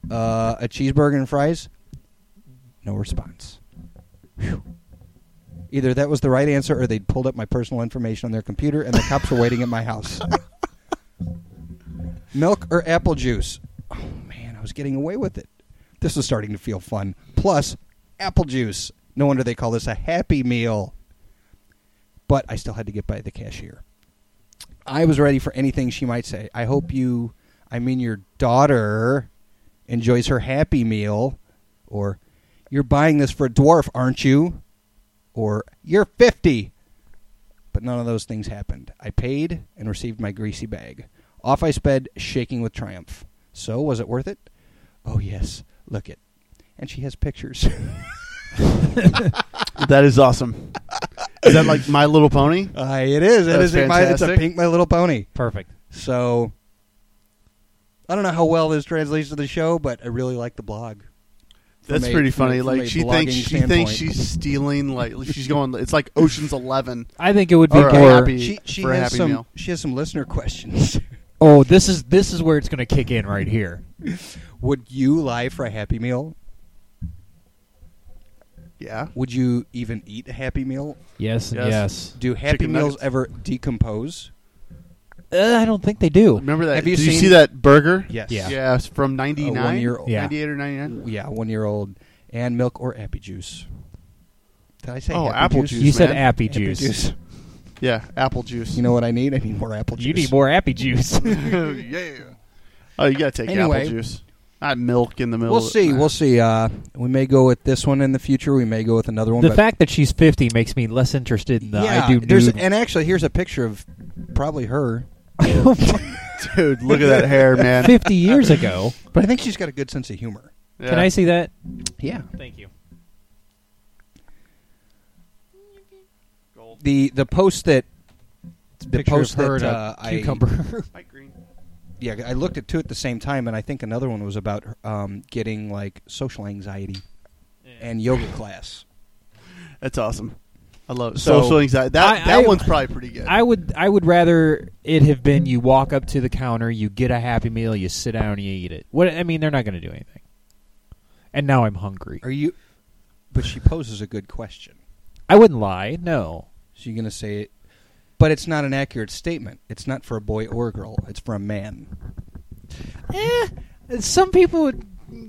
Speaker 3: Uh, a cheeseburger and fries? No response. Phew. Either that was the right answer or they'd pulled up my personal information on their computer and the cops were waiting at my house. Milk or apple juice? Oh man, I was getting away with it. This was starting to feel fun. Plus, apple juice. No wonder they call this a happy meal. But I still had to get by the cashier. I was ready for anything she might say. I hope you, I mean, your daughter enjoys her happy meal. Or, you're buying this for a dwarf, aren't you? Or, you're 50. But none of those things happened. I paid and received my greasy bag. Off I sped, shaking with triumph. So, was it worth it? Oh, yes. Look it. And she has pictures.
Speaker 1: That is awesome. Is that like My Little Pony?
Speaker 3: uh, it is. It
Speaker 1: That's
Speaker 3: is. in My, it's a
Speaker 1: fantastic.
Speaker 3: pink My Little Pony.
Speaker 4: Perfect.
Speaker 3: So, I don't know how well this translates to the show, but I really like the blog. From
Speaker 1: That's
Speaker 3: a-
Speaker 1: pretty
Speaker 3: from
Speaker 1: funny.
Speaker 3: a- from a
Speaker 1: like she
Speaker 3: blogging
Speaker 1: thinks she thinks
Speaker 3: standpoint.
Speaker 1: she's stealing. Like she's going. It's like Ocean's Eleven.
Speaker 4: I think it would be
Speaker 1: Or a
Speaker 4: more.
Speaker 1: happy-
Speaker 3: She, she
Speaker 1: for a
Speaker 3: has
Speaker 1: Happy
Speaker 3: some.
Speaker 1: Meal.
Speaker 3: She has some listener questions.
Speaker 4: Oh, this is this is where it's gonna kick in right here.
Speaker 3: Would you lie for a Happy Meal?
Speaker 1: Yeah.
Speaker 3: Would you even eat a Happy Meal?
Speaker 4: Yes. and
Speaker 1: Yes.
Speaker 4: Yes.
Speaker 3: Do Happy
Speaker 1: Chicken
Speaker 3: Meals
Speaker 1: nuggets.
Speaker 3: ever decompose?
Speaker 4: Uh, I don't think they do.
Speaker 1: Remember that?
Speaker 3: Have you
Speaker 1: Did you
Speaker 3: seen-
Speaker 1: see that burger?
Speaker 3: Yes.
Speaker 4: Yeah.
Speaker 1: Yeah, it's from
Speaker 3: A
Speaker 1: 99,
Speaker 3: one-year-old.
Speaker 4: Yeah.
Speaker 1: 98 or 99.
Speaker 3: Yeah, one year old. And milk or apple juice. Did I say
Speaker 1: Oh,
Speaker 3: happy
Speaker 1: apple
Speaker 3: juice?
Speaker 1: juice,
Speaker 4: you said
Speaker 1: man.
Speaker 4: appy
Speaker 3: Apple
Speaker 4: juice.
Speaker 1: Yeah, apple juice.
Speaker 3: You know what I need? I need more apple juice.
Speaker 4: You need more appy juice.
Speaker 1: yeah. Oh, you gotta take
Speaker 3: Anyway.
Speaker 1: apple juice, not milk in the middle.
Speaker 3: We'll
Speaker 1: of-
Speaker 3: see. We'll see. Uh, we may go with this one in the future. We may go with another one.
Speaker 4: the
Speaker 3: but
Speaker 4: fact that she's fifty makes me less interested in the
Speaker 3: yeah,
Speaker 4: I do
Speaker 3: there's
Speaker 4: nude.
Speaker 3: and actually here's a picture of probably her.
Speaker 1: dude. Look at that hair, man.
Speaker 4: fifty years ago.
Speaker 3: But I think she's got a good sense of humor.
Speaker 1: Yeah.
Speaker 4: Can I see that?
Speaker 3: Yeah.
Speaker 4: Thank you.
Speaker 3: The the post that the
Speaker 4: Picture
Speaker 3: post
Speaker 4: of her
Speaker 3: that
Speaker 4: and a
Speaker 3: uh, I
Speaker 4: cucumber.
Speaker 1: Light green.
Speaker 3: yeah I looked at two at the same time, and I think another one was about um, getting like social anxiety and yoga class.
Speaker 1: That's awesome. I love it.
Speaker 3: So-
Speaker 1: social anxiety. That
Speaker 4: I-
Speaker 1: that
Speaker 4: I-
Speaker 1: one's probably pretty good.
Speaker 4: I would I would rather it have been you walk up to the counter, you get a happy meal, you sit down, you eat it. What I mean, they're not going to do anything. And now I'm hungry.
Speaker 3: Are you? But she poses a good question.
Speaker 4: I wouldn't lie. No.
Speaker 3: So you're going to say it, but it's not an accurate statement. It's not for a boy or a girl. It's for a man.
Speaker 4: Eh, some people would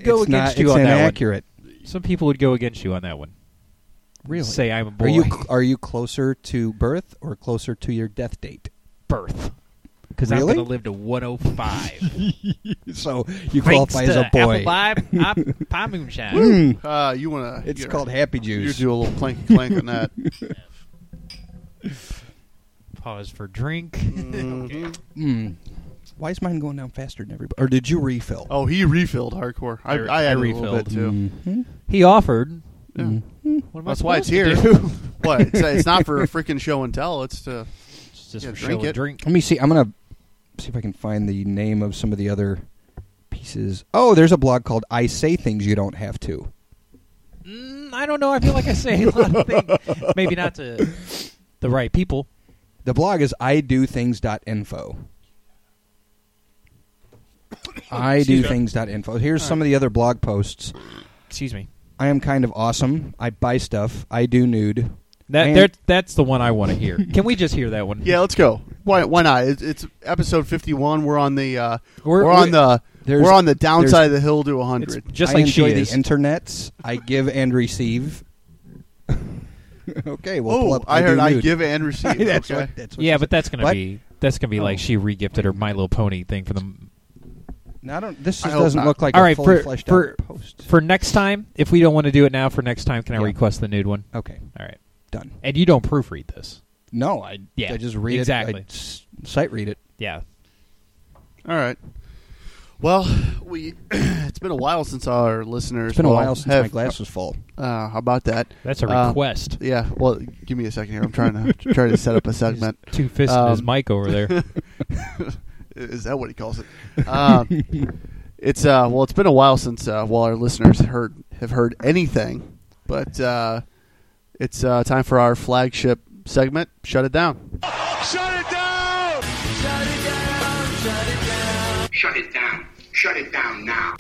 Speaker 4: go
Speaker 3: it's
Speaker 4: against
Speaker 3: not,
Speaker 4: you
Speaker 3: it's
Speaker 4: on
Speaker 3: inaccurate.
Speaker 4: that one. Some people would go against you on that one.
Speaker 3: Really?
Speaker 4: Say I'm a boy.
Speaker 3: Are you are you closer to birth or closer to your death date?
Speaker 4: birth? Because
Speaker 3: Really?
Speaker 4: I'm going to live to 105.
Speaker 3: So you qualify as a boy.
Speaker 4: pie moonshine.
Speaker 3: Mm.
Speaker 1: uh, you wanna?
Speaker 3: It's
Speaker 1: you're-
Speaker 3: called happy
Speaker 1: You
Speaker 3: juice.
Speaker 1: do a little plank clank on that.
Speaker 4: Pause for drink.
Speaker 1: Mhm.
Speaker 3: Mm. Why is mine going down faster than everybody? Or did you refill?
Speaker 1: Oh, he refilled hardcore. I,
Speaker 3: Er,
Speaker 4: I-
Speaker 1: I,
Speaker 4: I
Speaker 1: added a little
Speaker 4: refilled.
Speaker 1: bit too.
Speaker 3: Mhm.
Speaker 4: He offered.
Speaker 1: Yeah.
Speaker 3: Mhm.
Speaker 4: What am I
Speaker 1: That's why it's
Speaker 4: supposed to
Speaker 1: here.
Speaker 4: do?
Speaker 1: what? It's, it's not for a freaking show and tell. It's to
Speaker 4: It's just
Speaker 1: Yeah,
Speaker 4: for
Speaker 1: drink
Speaker 4: show
Speaker 1: it.
Speaker 4: and drink.
Speaker 3: Let me see. I'm gonna see if I can find the name of some of the other pieces. Oh, there's a blog called "I Say Things You Don't Have to."
Speaker 4: Mm, I don't know. I feel like I say a lot of things. Maybe not to the right people.
Speaker 3: The blog is idothings.info. I do things.info. Here's some of the other blog posts.
Speaker 4: Excuse me.
Speaker 3: I am kind of awesome. I buy stuff. I do nude.
Speaker 4: That
Speaker 3: Man.
Speaker 4: there, that's the one I want to hear. Can we just hear that one?
Speaker 1: yeah. Let's go. Why? Why not? It's, it's episode fifty-one. We're on the uh,
Speaker 4: We're-
Speaker 1: we're, on the
Speaker 3: There's-
Speaker 1: we're on the downside
Speaker 3: there's-
Speaker 1: of the hill to
Speaker 4: It's
Speaker 1: hundred.
Speaker 4: just
Speaker 3: I
Speaker 4: like she
Speaker 3: enjoy
Speaker 4: is.
Speaker 3: the internets. I give and receive. okay, well, pull
Speaker 1: Oh,
Speaker 3: up,
Speaker 1: I heard
Speaker 3: do
Speaker 1: I
Speaker 3: nude.
Speaker 1: give and receive.
Speaker 3: that's
Speaker 1: okay.
Speaker 3: what. That's what
Speaker 4: yeah,
Speaker 3: she
Speaker 4: but that's gonna
Speaker 3: What? Oh.
Speaker 4: be that's gonna be like she regifted her My Little Pony thing for the
Speaker 3: No, I don't. This
Speaker 1: I
Speaker 3: just
Speaker 1: hope
Speaker 3: doesn't
Speaker 1: not.
Speaker 3: look like
Speaker 4: All
Speaker 3: a
Speaker 4: right,
Speaker 3: fully
Speaker 4: for-
Speaker 3: fleshed
Speaker 4: for-
Speaker 3: out post.
Speaker 4: for next time. If we don't want to do it now, for next time, can I
Speaker 3: Yeah.
Speaker 4: request the nude one?
Speaker 3: okay,
Speaker 4: All right.
Speaker 3: done.
Speaker 4: And you don't proofread this.
Speaker 3: No, I
Speaker 4: Yeah,
Speaker 3: I just read
Speaker 4: exactly.
Speaker 3: it. Exactly. Sight read it.
Speaker 4: Yeah.
Speaker 1: All right. Well, we it's been a while since our listeners.
Speaker 3: It's been a
Speaker 1: well,
Speaker 3: while since my
Speaker 1: have-
Speaker 3: glass was full.
Speaker 1: Uh, how about that?
Speaker 4: That's a
Speaker 3: Um,
Speaker 1: Uh,
Speaker 4: request.
Speaker 1: Yeah. Well, give me a second here. I'm trying to try to set up a segment.
Speaker 4: He's Two fists in his
Speaker 1: Um,
Speaker 4: mic over there.
Speaker 1: Is that what he calls it? Um, it's uh, well, it's been a while since uh, well, our listeners heard have heard anything, but uh, it's uh, time for our flagship segment. Shut it down.
Speaker 5: Shut it down. Shut it down now.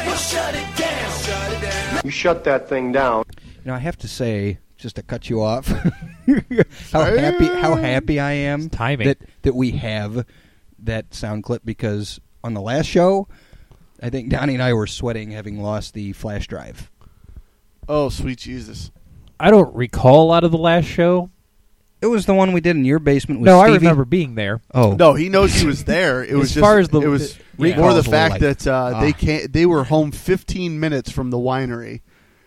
Speaker 6: You shut that thing down.
Speaker 3: You know, I have to say, just to cut you off, how happy how happy I am
Speaker 4: It's timing.
Speaker 3: that that we have that sound clip because on the last show, I think Donnie and I were sweating having lost the flash drive.
Speaker 1: Oh, sweet Jesus!
Speaker 4: I don't recall a lot of the last show.
Speaker 3: It was the one we did in your basement. With
Speaker 4: No, I
Speaker 3: Stevie.
Speaker 4: remember being there.
Speaker 3: Oh
Speaker 1: No, he knows he was there. It was
Speaker 4: As
Speaker 1: just,
Speaker 4: far as the-
Speaker 1: it was
Speaker 4: the- yeah.
Speaker 1: more the
Speaker 3: Recall's a little
Speaker 1: fact
Speaker 3: like,
Speaker 1: that uh, they
Speaker 3: ah.
Speaker 1: can't they were home 15 minutes from the winery. Before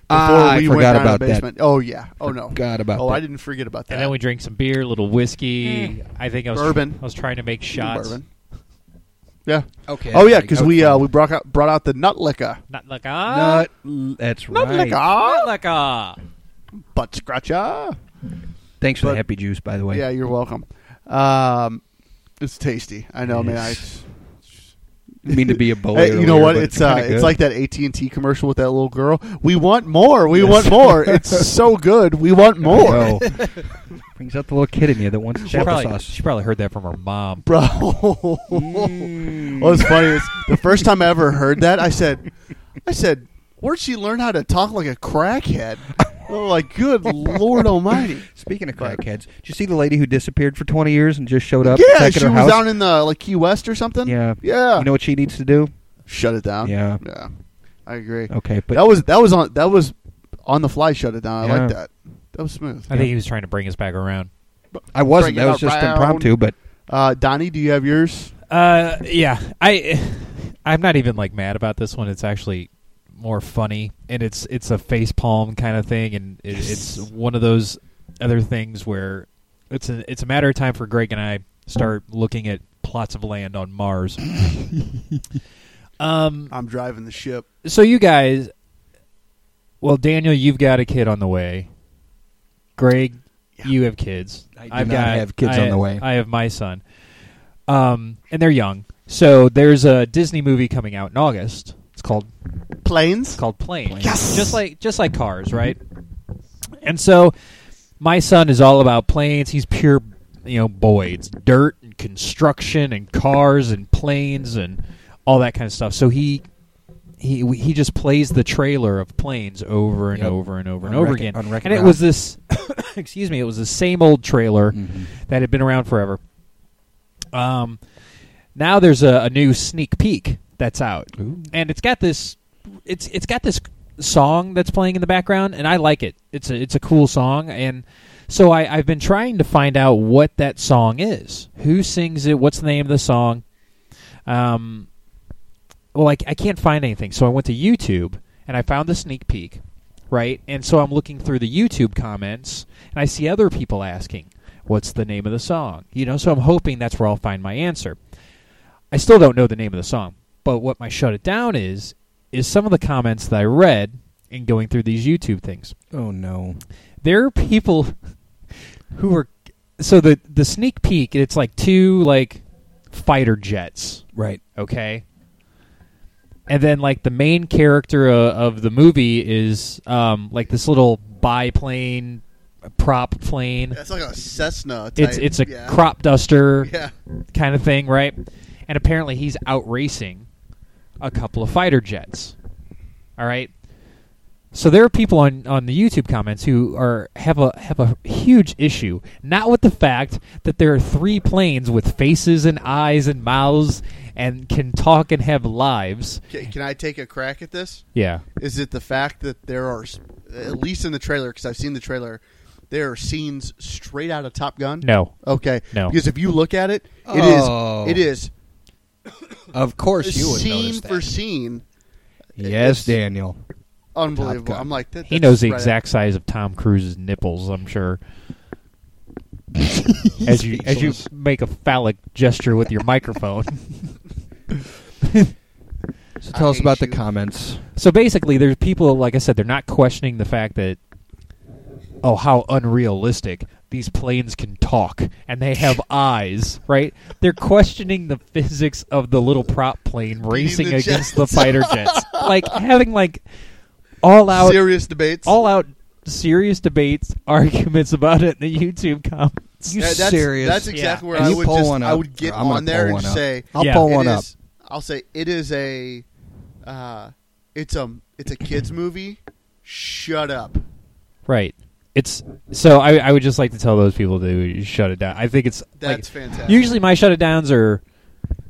Speaker 3: Ah, I
Speaker 1: we
Speaker 3: forgot
Speaker 1: went down to
Speaker 3: about
Speaker 1: the
Speaker 3: that.
Speaker 1: basement. Oh yeah. Oh no.
Speaker 3: Forgot about
Speaker 1: Oh,
Speaker 3: that.
Speaker 1: I didn't forget about that.
Speaker 4: And then we drank some beer, a little whiskey. I think I was
Speaker 1: Bourbon.
Speaker 4: I was trying to make
Speaker 1: Give me
Speaker 4: shots.
Speaker 1: bourbon. Yeah.
Speaker 3: Okay.
Speaker 1: Oh yeah, because we uh, we brought out brought out the nut liquor,
Speaker 4: Not like ah.
Speaker 3: Nut, that's
Speaker 1: Uh, nut
Speaker 3: right.
Speaker 1: liquor,
Speaker 4: Not like ah.
Speaker 1: butt scratcher.
Speaker 3: Thanks for
Speaker 1: But-
Speaker 3: the happy juice, by the way.
Speaker 1: Yeah, you're welcome. Um, it's tasty. I know, man. I,
Speaker 3: Yes. mean to be a bully.
Speaker 1: Hey, you know
Speaker 3: earlier,
Speaker 1: what?
Speaker 3: but
Speaker 1: It's uh,
Speaker 3: kinda
Speaker 1: it's
Speaker 3: good.
Speaker 1: like that AT and T commercial with that little girl. We want more. We want more. It's so good. We want more,
Speaker 3: Oh. brings out the little kid in you that wants
Speaker 4: She probably,
Speaker 3: applesauce.
Speaker 4: she probably heard that from her mom.
Speaker 1: bro. Mm. What was funny is the first time I ever heard that, I said, I said, where'd she learn how to talk like a crackhead? Oh, like good Lord Almighty.
Speaker 3: Speaking of crackheads, did you see the lady who disappeared for 20 years and just showed up
Speaker 1: Yeah,
Speaker 3: back
Speaker 1: she
Speaker 3: at her
Speaker 1: was
Speaker 3: house?
Speaker 1: down in the like Key West or something.
Speaker 3: yeah.
Speaker 1: yeah.
Speaker 3: You know what she needs to do?
Speaker 1: shut it down.
Speaker 3: Yeah.
Speaker 1: yeah, I agree.
Speaker 3: Okay, but
Speaker 1: that was that was on that was on the fly. Shut it down. I like
Speaker 3: Yeah.
Speaker 1: that. That was smooth.
Speaker 4: I think he was trying to bring us back around.
Speaker 3: I wasn't.
Speaker 1: Bring it
Speaker 3: That was just
Speaker 1: around.
Speaker 3: impromptu, but
Speaker 1: Uh, Donnie, do you have yours?
Speaker 4: Uh, yeah. I, I'm not even like mad about this one. It's actually more funny, and it's it's a face palm kind of thing, and it, it's one of those other things where it's a it's a matter of time for Greg and I start looking at plots of land on Mars. um.
Speaker 1: I'm driving the ship.
Speaker 4: So you guys, well, Daniel, you've got a kid on the way. Greg, you have kids.
Speaker 3: I do not have kids
Speaker 4: I-
Speaker 3: on the way.
Speaker 4: I have my son, um, and they're young. So there's a Disney movie coming out in August. It's called it's
Speaker 1: Planes.
Speaker 4: called Plane.
Speaker 1: Yes!
Speaker 4: Just like just like cars, right? And so my son is all about planes. He's pure, you know, boy. It's dirt and construction and cars and planes and all that kind of stuff. So he he he just plays the trailer of planes over and
Speaker 3: Yep.
Speaker 4: over and over and
Speaker 3: On
Speaker 4: over
Speaker 3: Wreck-It-
Speaker 4: again.
Speaker 3: on Wreck-It
Speaker 4: And it
Speaker 3: Ralph.
Speaker 4: was this excuse me, it was the same old trailer
Speaker 3: Mhm.
Speaker 4: that had been around forever. Um now there's a, a new sneak peek that's out
Speaker 3: Ooh.
Speaker 4: and it's got this it's it's got this song that's playing in the background and I like it. It's a it's a cool song and so I, I've been trying to find out what that song is. Who sings it, what's the name of the song? Um well I, I can't find anything. So I went to YouTube and I found the sneak peek, right? And so I'm looking through the YouTube comments and I see other people asking, What's the name of the song? You know, so I'm hoping that's where I'll find my answer. I still don't know the name of the song, but what my shut it down is is some of the comments that I read in going through these YouTube things.
Speaker 3: Oh no.
Speaker 4: There are people who are so the the sneak peek. It's like two like fighter jets,
Speaker 3: Right.
Speaker 4: okay. And then like the main character uh, of the movie is um like this little biplane, prop plane.
Speaker 1: That's like a Cessna. Type.
Speaker 4: It's it's a
Speaker 1: yeah.
Speaker 4: crop duster
Speaker 1: Yeah.
Speaker 4: kind of thing, right? And apparently he's out racing a couple of fighter jets. All right. So there are people on, on the YouTube comments who are have a have a huge issue, not with the fact that there are three planes with faces and eyes and mouths and can talk and have lives.
Speaker 1: Can, can I take a crack at this?
Speaker 4: Yeah.
Speaker 1: Is it the fact that there are, s- at least in the trailer, because I've seen the trailer, there are scenes straight out of Top Gun?
Speaker 4: No.
Speaker 1: Okay.
Speaker 4: No.
Speaker 1: Because if you look at it, it is
Speaker 3: Oh.
Speaker 1: it is
Speaker 3: Of course you would notice
Speaker 1: scene
Speaker 3: that.
Speaker 1: for scene
Speaker 3: yes,
Speaker 1: it's-
Speaker 3: Daniel. Top
Speaker 1: unbelievable.
Speaker 3: Gun.
Speaker 1: I'm like that,
Speaker 4: He
Speaker 1: that's
Speaker 4: knows the
Speaker 1: right
Speaker 4: exact size of Tom Cruise's nipples, I'm sure. as you as you
Speaker 3: Speechless.
Speaker 4: make a phallic gesture with your microphone.
Speaker 3: So tell
Speaker 1: I
Speaker 3: us about
Speaker 1: hate
Speaker 3: the
Speaker 1: you.
Speaker 3: comments.
Speaker 4: so basically there's people like I said they're not questioning the fact that oh how unrealistic these planes can talk and they have eyes, right? They're questioning the physics of the little prop plane racing
Speaker 1: the
Speaker 4: against the fighter jets. like having like all
Speaker 1: up.
Speaker 4: out
Speaker 1: serious debates.
Speaker 4: all out serious debates, arguments about it in the YouTube comments.
Speaker 3: You
Speaker 1: Yeah, that's,
Speaker 3: serious?
Speaker 1: That's exactly where
Speaker 3: Can
Speaker 1: I
Speaker 3: you
Speaker 1: would
Speaker 3: pull
Speaker 1: just
Speaker 3: one
Speaker 1: I
Speaker 3: up?
Speaker 1: would get
Speaker 3: I'm gonna
Speaker 1: on there
Speaker 3: pull
Speaker 1: and
Speaker 3: one up.
Speaker 1: say
Speaker 3: I'll
Speaker 4: Yeah.
Speaker 3: pull
Speaker 1: it
Speaker 3: one up.
Speaker 1: is- I'll say it is a uh, it's a it's a kids movie. Shut up.
Speaker 4: Right. It's so I, I would just like to tell those people to shut it down. I think it's like,
Speaker 1: That's fantastic.
Speaker 4: usually my shut it downs are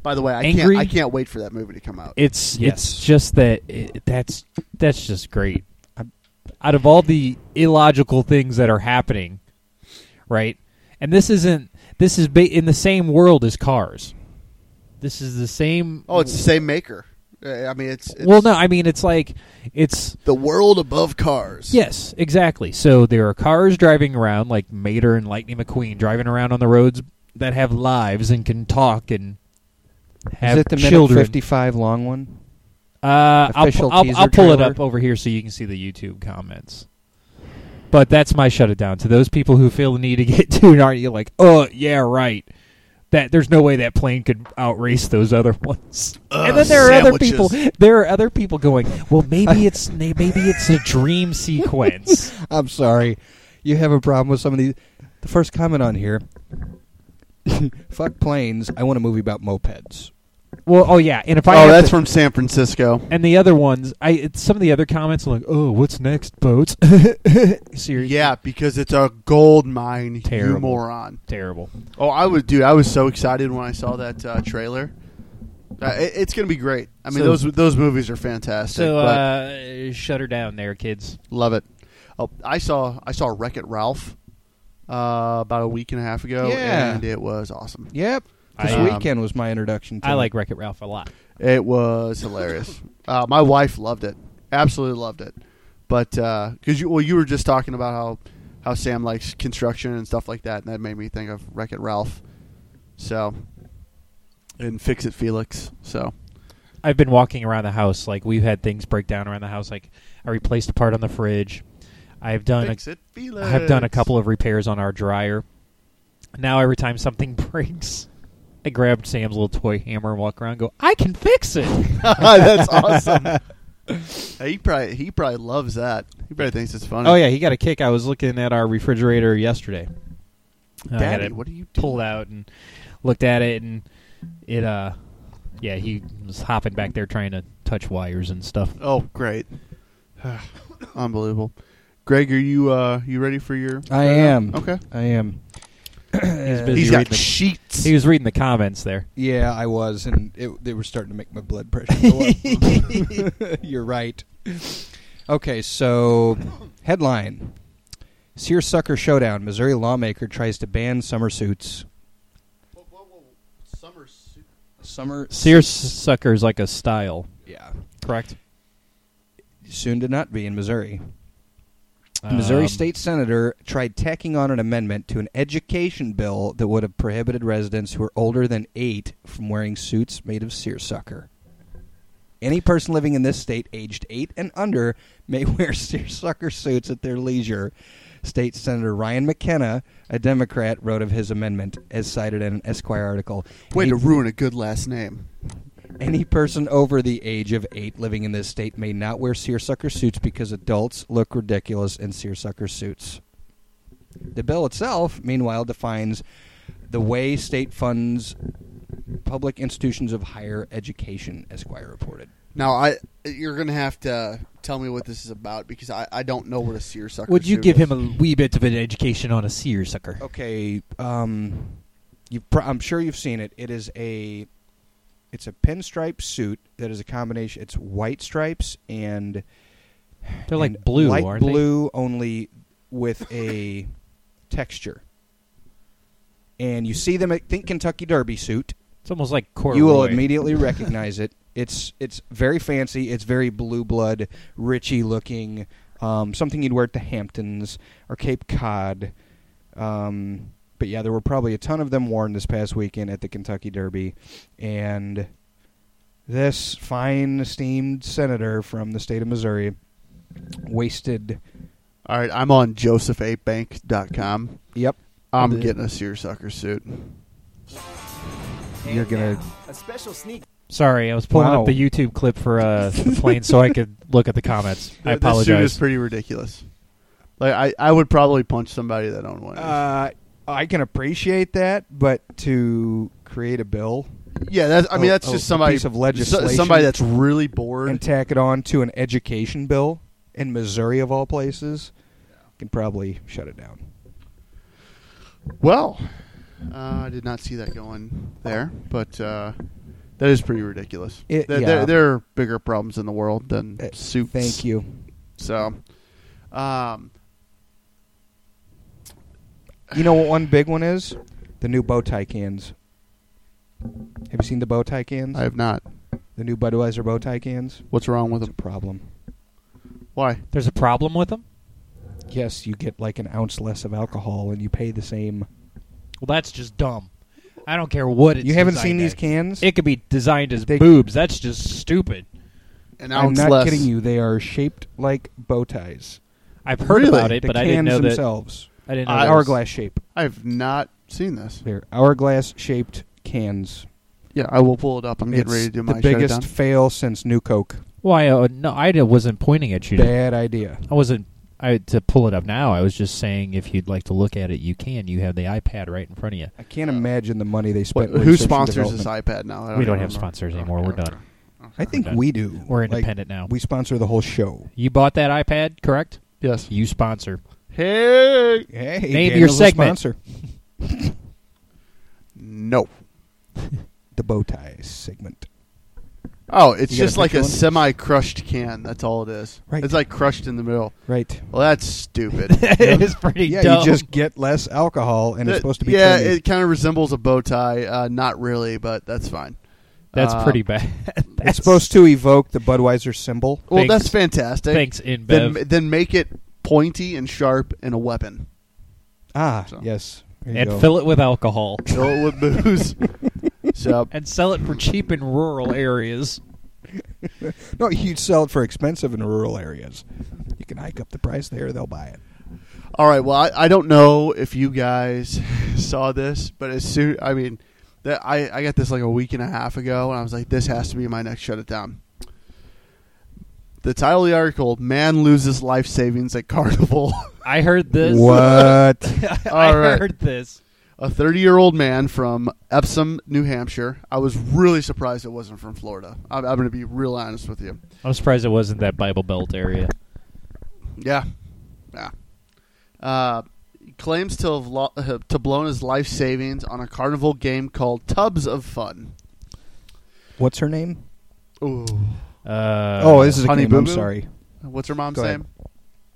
Speaker 1: By the way, I
Speaker 4: Angry?
Speaker 1: can't I can't wait for that movie to come out.
Speaker 4: it's
Speaker 3: Yes.
Speaker 4: it's just that it, that's that's just great. Out of all the illogical things that are happening, right? And this isn't this is ba- in the same world as Cars. This is the same.
Speaker 1: oh, it's the same maker. Uh, I mean, it's, it's
Speaker 4: well, no, I mean it's like it's
Speaker 1: the world above cars.
Speaker 4: Yes, exactly. So there are cars driving around, like Mater and Lightning McQueen, driving around on the roads that have lives and can talk and have
Speaker 3: Is it the
Speaker 4: children.
Speaker 3: minute 55 long one?
Speaker 4: Uh, I'll, pu-
Speaker 3: official
Speaker 4: I'll,
Speaker 3: teaser
Speaker 4: I'll pull it
Speaker 3: trailer?
Speaker 4: up over here so you can see the YouTube comments. But that's my shut it down to those people who feel the need to get to an argument like, oh yeah, right. That there's no way that plane could outrace those other ones.
Speaker 1: Ugh,
Speaker 4: and then there are
Speaker 1: sandwiches.
Speaker 4: other people. There are other people going, well, maybe it's maybe it's a dream sequence.
Speaker 3: I'm sorry. You have a problem with some of these. The first comment on here. Fuck planes. I want a movie about mopeds.
Speaker 4: Well, oh yeah, and if I
Speaker 1: Oh,
Speaker 4: have
Speaker 1: that's
Speaker 4: to-
Speaker 1: from San Francisco.
Speaker 4: and the other ones, I it's some of the other comments are like, oh, what's next, boats? Seriously,
Speaker 1: Yeah, because it's a gold mine, you
Speaker 4: Terrible.
Speaker 1: moron.
Speaker 4: terrible.
Speaker 1: Oh, I would, dude. I was so excited when I saw that uh, trailer. Uh, it, it's gonna be great. I mean,
Speaker 4: So-
Speaker 1: those those movies are fantastic.
Speaker 4: So
Speaker 1: but
Speaker 4: uh, shut her down, there, kids.
Speaker 1: love it. Oh, I saw I saw Wreck It Ralph uh, about a week and a half ago,
Speaker 3: Yeah.
Speaker 1: and it was awesome.
Speaker 3: Yep. This
Speaker 4: I, um,
Speaker 3: weekend was my introduction to
Speaker 4: I
Speaker 3: it.
Speaker 4: like Wreck It Ralph a lot.
Speaker 1: It was hilarious. uh, my wife loved it, absolutely loved it. But because you, well, you were just talking about how how Sam likes construction and stuff like that, and that made me think of Wreck It Ralph. So, and Fix It Felix. So,
Speaker 4: I've been walking around the house like we've had things break down around the house. Like I replaced a part on the fridge. I've done a,
Speaker 1: Fix It Felix.
Speaker 4: I've done a couple of repairs on our dryer. Now every time something breaks, I grab Sam's little toy hammer and walk around. and Go, I can fix it.
Speaker 1: That's awesome. Hey, he probably he probably loves that. He probably thinks it's funny.
Speaker 4: Oh yeah, he got a kick. I was looking at our refrigerator yesterday. I had
Speaker 1: Daddy,
Speaker 4: it
Speaker 1: what are you doing?
Speaker 4: pulled out and looked at it, and it uh, yeah, he was hopping back there trying to touch wires and stuff.
Speaker 1: Oh, great. Unbelievable. Greg, are you uh you ready for your
Speaker 3: I am.
Speaker 1: Okay.
Speaker 3: I am. Uh,
Speaker 4: He's busy
Speaker 1: He's
Speaker 4: reading
Speaker 1: got
Speaker 4: the-
Speaker 1: sheets.
Speaker 4: He was reading the comments there.
Speaker 3: Yeah, I was, and it, they were starting to make my blood pressure go up. You're right. Okay, so headline: Seersucker Showdown. Missouri lawmaker tries to ban summer suits. Summer
Speaker 4: Seersucker is like a style,
Speaker 3: Yeah,
Speaker 4: correct?
Speaker 3: soon to not be in Missouri. The Missouri
Speaker 4: Um,
Speaker 3: state senator tried tacking on an amendment to an education bill that would have prohibited residents who are older than eight from wearing suits made of seersucker. Any person living in this state aged eight and under may wear seersucker suits at their leisure. State Senator Ryan McKenna, a Democrat, wrote of his amendment, as cited in an Esquire article.
Speaker 1: Way
Speaker 3: Any-
Speaker 1: to ruin a good last name.
Speaker 3: any person over the age of eight living in this state may not wear seersucker suits because adults look ridiculous in seersucker suits. The bill itself, meanwhile, defines the way state funds public institutions of higher education, Esquire reported.
Speaker 1: Now I, you're gonna have to tell me what this is about because I, I don't know what a seersucker.
Speaker 4: Would you
Speaker 1: suit
Speaker 4: give
Speaker 1: is.
Speaker 4: him a wee bit of an education on a seersucker?
Speaker 3: Okay, um, you pr- I'm sure you've seen it. It is a it's a pinstripe suit that is a combination. It's white stripes and
Speaker 4: They're
Speaker 3: and
Speaker 4: like blue,
Speaker 3: light
Speaker 4: aren't
Speaker 3: blue only with a texture. And you see them at think Kentucky Derby suit.
Speaker 4: they? It's almost like corduroy.
Speaker 3: You will immediately recognize it. It's it's very fancy. It's very blue blood, Richie looking. Um, something you'd wear at the Hamptons or Cape Cod. Um, but yeah, there were probably a ton of them worn this past weekend at the Kentucky Derby, and this fine esteemed senator from the state of Missouri wasted.
Speaker 1: All right, I'm on josephabank.com.
Speaker 3: Yep,
Speaker 1: I'm
Speaker 3: Dude.
Speaker 1: getting a seersucker suit.
Speaker 3: you're gonna.
Speaker 4: Sorry, I was pulling
Speaker 3: Wow.
Speaker 4: up the YouTube clip for uh, the plane so I could look at the comments. I
Speaker 1: Th- This suit is
Speaker 4: apologize.
Speaker 1: pretty ridiculous. Like I, I would probably punch somebody that owned one. of these.
Speaker 3: Uh, I can appreciate that, but to create a bill
Speaker 1: yeah, that's, I mean
Speaker 3: oh,
Speaker 1: that's
Speaker 3: oh,
Speaker 1: just somebody
Speaker 3: piece of
Speaker 1: so-
Speaker 3: legislation.
Speaker 1: somebody that's really bored.
Speaker 3: and tack it on to an education bill in Missouri of all places, can probably shut it down.
Speaker 1: well, uh, I did not see that going there, but uh, that is pretty ridiculous.
Speaker 3: It-
Speaker 1: there,
Speaker 3: yeah.
Speaker 1: there, there are bigger problems in the world than
Speaker 3: Uh,
Speaker 1: suits.
Speaker 3: Thank you.
Speaker 1: So, um,
Speaker 3: You know what one big one is? The new bow tie cans. Have you seen the bow tie cans?
Speaker 1: I have not.
Speaker 3: the new Budweiser bow tie cans.
Speaker 1: What's wrong with
Speaker 3: It's a
Speaker 1: them?
Speaker 3: problem.
Speaker 1: Why?
Speaker 4: There's a problem with them.
Speaker 3: Yes, you get like an ounce less of alcohol and you pay the same.
Speaker 4: Well, that's just dumb. I don't care what it's
Speaker 3: you haven't
Speaker 4: designed
Speaker 3: seen these
Speaker 4: as.
Speaker 3: cans?
Speaker 4: It could be designed as
Speaker 3: They-
Speaker 4: boobs. That's just stupid.
Speaker 1: An
Speaker 3: I'm
Speaker 1: ounce
Speaker 3: not
Speaker 1: less.
Speaker 3: kidding you. They are shaped like bow ties.
Speaker 4: I've heard
Speaker 1: Really?
Speaker 4: about it,
Speaker 3: The
Speaker 4: but I
Speaker 3: cans
Speaker 4: didn't know that.
Speaker 3: themselves.
Speaker 4: I didn't know.
Speaker 1: Uh,
Speaker 4: that was-
Speaker 3: hourglass shape.
Speaker 1: I've not seen this.
Speaker 3: They're hourglass shaped cans.
Speaker 1: Yeah, I will pull it up. I'm getting
Speaker 3: It's
Speaker 1: ready to do
Speaker 3: the
Speaker 1: my shut it down.
Speaker 3: biggest fail since New Coke.
Speaker 4: Why? Uh, no, I d- wasn't pointing at you.
Speaker 3: Bad idea.
Speaker 4: I wasn't. I to pull it up now. I was just saying if you'd like to look at it, you can. You have the iPad right in front of you.
Speaker 3: I can't imagine the money they
Speaker 1: What,
Speaker 3: spent.
Speaker 1: who
Speaker 3: research and
Speaker 1: sponsors this
Speaker 3: development.
Speaker 1: iPad now? I
Speaker 4: we don't
Speaker 1: even
Speaker 4: have
Speaker 1: remember.
Speaker 4: sponsors anymore. We're done.
Speaker 3: I think
Speaker 4: Okay.
Speaker 3: we do.
Speaker 4: We're
Speaker 3: Like,
Speaker 4: independent now.
Speaker 3: we sponsor the whole show.
Speaker 4: You bought that iPad, correct?
Speaker 1: Yes.
Speaker 4: You sponsor.
Speaker 1: Hey.
Speaker 3: Hey,
Speaker 4: Name your
Speaker 3: Daniel's a
Speaker 4: segment.
Speaker 3: Sponsor.
Speaker 1: No.
Speaker 3: The bow tie segment.
Speaker 1: Oh, it's
Speaker 3: You got a
Speaker 1: just like
Speaker 3: picture
Speaker 1: a
Speaker 3: one?
Speaker 1: semi-crushed can. That's all it is.
Speaker 3: Right.
Speaker 1: It's like crushed in the middle.
Speaker 3: Right.
Speaker 1: Well, that's stupid.
Speaker 4: it is pretty
Speaker 3: Yeah,
Speaker 4: dumb.
Speaker 3: you just get less alcohol, and it's
Speaker 4: Uh,
Speaker 1: That-
Speaker 3: supposed to be.
Speaker 1: Yeah,
Speaker 3: trendy.
Speaker 1: it kind of resembles a bow tie. Uh, not really, but that's fine.
Speaker 4: That's
Speaker 1: Uh,
Speaker 4: pretty bad.
Speaker 3: it's supposed to evoke the Budweiser symbol.
Speaker 1: Well,
Speaker 4: Thanks.
Speaker 1: that's fantastic.
Speaker 4: Thanks, InBev.
Speaker 1: Then then make it pointy and sharp and a weapon.
Speaker 3: Ah,
Speaker 1: So.
Speaker 3: yes. There you
Speaker 4: and
Speaker 3: go.
Speaker 4: fill it with alcohol
Speaker 1: Fill it with booze. so
Speaker 4: and sell it for cheap in rural areas.
Speaker 3: No, you'd sell it for expensive in rural areas. You can hike up the price there; they'll buy it.
Speaker 1: All right. Well, I, I don't know if you guys saw this, but as soon I mean, that I I got this like a week and a half ago, and I was like, this has to be my next shut it down. The title of the article: Man loses life savings at carnival.
Speaker 4: I heard this.
Speaker 3: What?
Speaker 4: I
Speaker 1: All right.
Speaker 4: heard this.
Speaker 1: a 30 year old man from Epsom, New Hampshire. I was really surprised it wasn't from Florida. I'm, I'm going to be real honest with you.
Speaker 4: I'm surprised it wasn't that Bible Belt area.
Speaker 1: Yeah, yeah. Uh, claims to have lo- uh, to blown his life savings on a carnival game called Tubs of Fun.
Speaker 3: What's her name?
Speaker 1: Ooh.
Speaker 4: Uh,
Speaker 3: oh, this is a
Speaker 1: Honey
Speaker 3: game. I'm
Speaker 1: Boo Boo?
Speaker 3: sorry.
Speaker 1: What's her mom's
Speaker 3: Go ahead.
Speaker 1: name?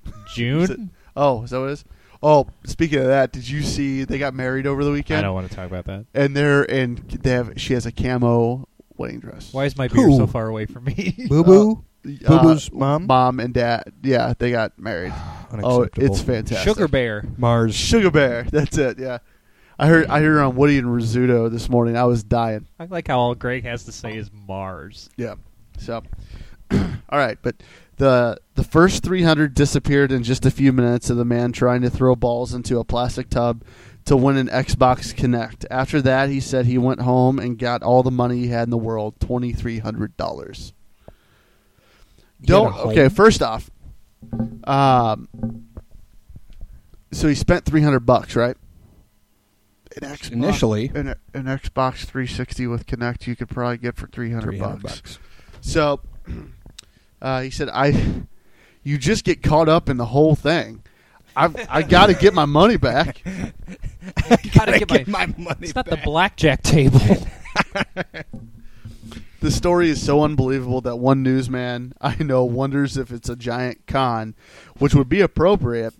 Speaker 1: Is it-
Speaker 4: June.
Speaker 1: oh, is that what it is? Oh, speaking of that, did you see they got married over the
Speaker 4: I
Speaker 1: weekend?
Speaker 4: don't want to talk about that.
Speaker 1: And they're and they have she has a camo wedding dress.
Speaker 4: Why is my beer
Speaker 3: Who?
Speaker 4: so far away from me?
Speaker 3: Boo Boo.
Speaker 1: uh,
Speaker 3: Boo-Boo's mom?
Speaker 1: mom and dad. Yeah, they got married. oh,
Speaker 3: Unacceptable.
Speaker 1: it's fantastic.
Speaker 4: Sugar Bear.
Speaker 3: Mars.
Speaker 1: Sugar Bear. That's it. Yeah, I heard. I heard her on Woody and Rizzuto this morning. I was dying.
Speaker 2: I like how all Greg has to say is Mars.
Speaker 1: Yeah. So, all right, but the the first 300 disappeared in just a few minutes of the man trying to throw balls into a plastic tub to win an Xbox Connect. After that, he said he went hhome and got all the money he had in the world, twenty three hundred dollars. Don't
Speaker 3: home?
Speaker 1: okay. First off, um, so he spent three hundred bucks, right? An Xbox,
Speaker 3: Initially.
Speaker 1: an, an Xbox 360 with Connect, you could probably get for three hundred
Speaker 3: 300
Speaker 1: bucks. So uh, he said, "I, you just get caught up in the whole thing. I've I got to get my money back."
Speaker 4: Gotta get my-
Speaker 3: money
Speaker 4: It's not the blackjack table.
Speaker 1: The story is so unbelievable that one newsman I know wonders if it's a giant con, which would be appropriate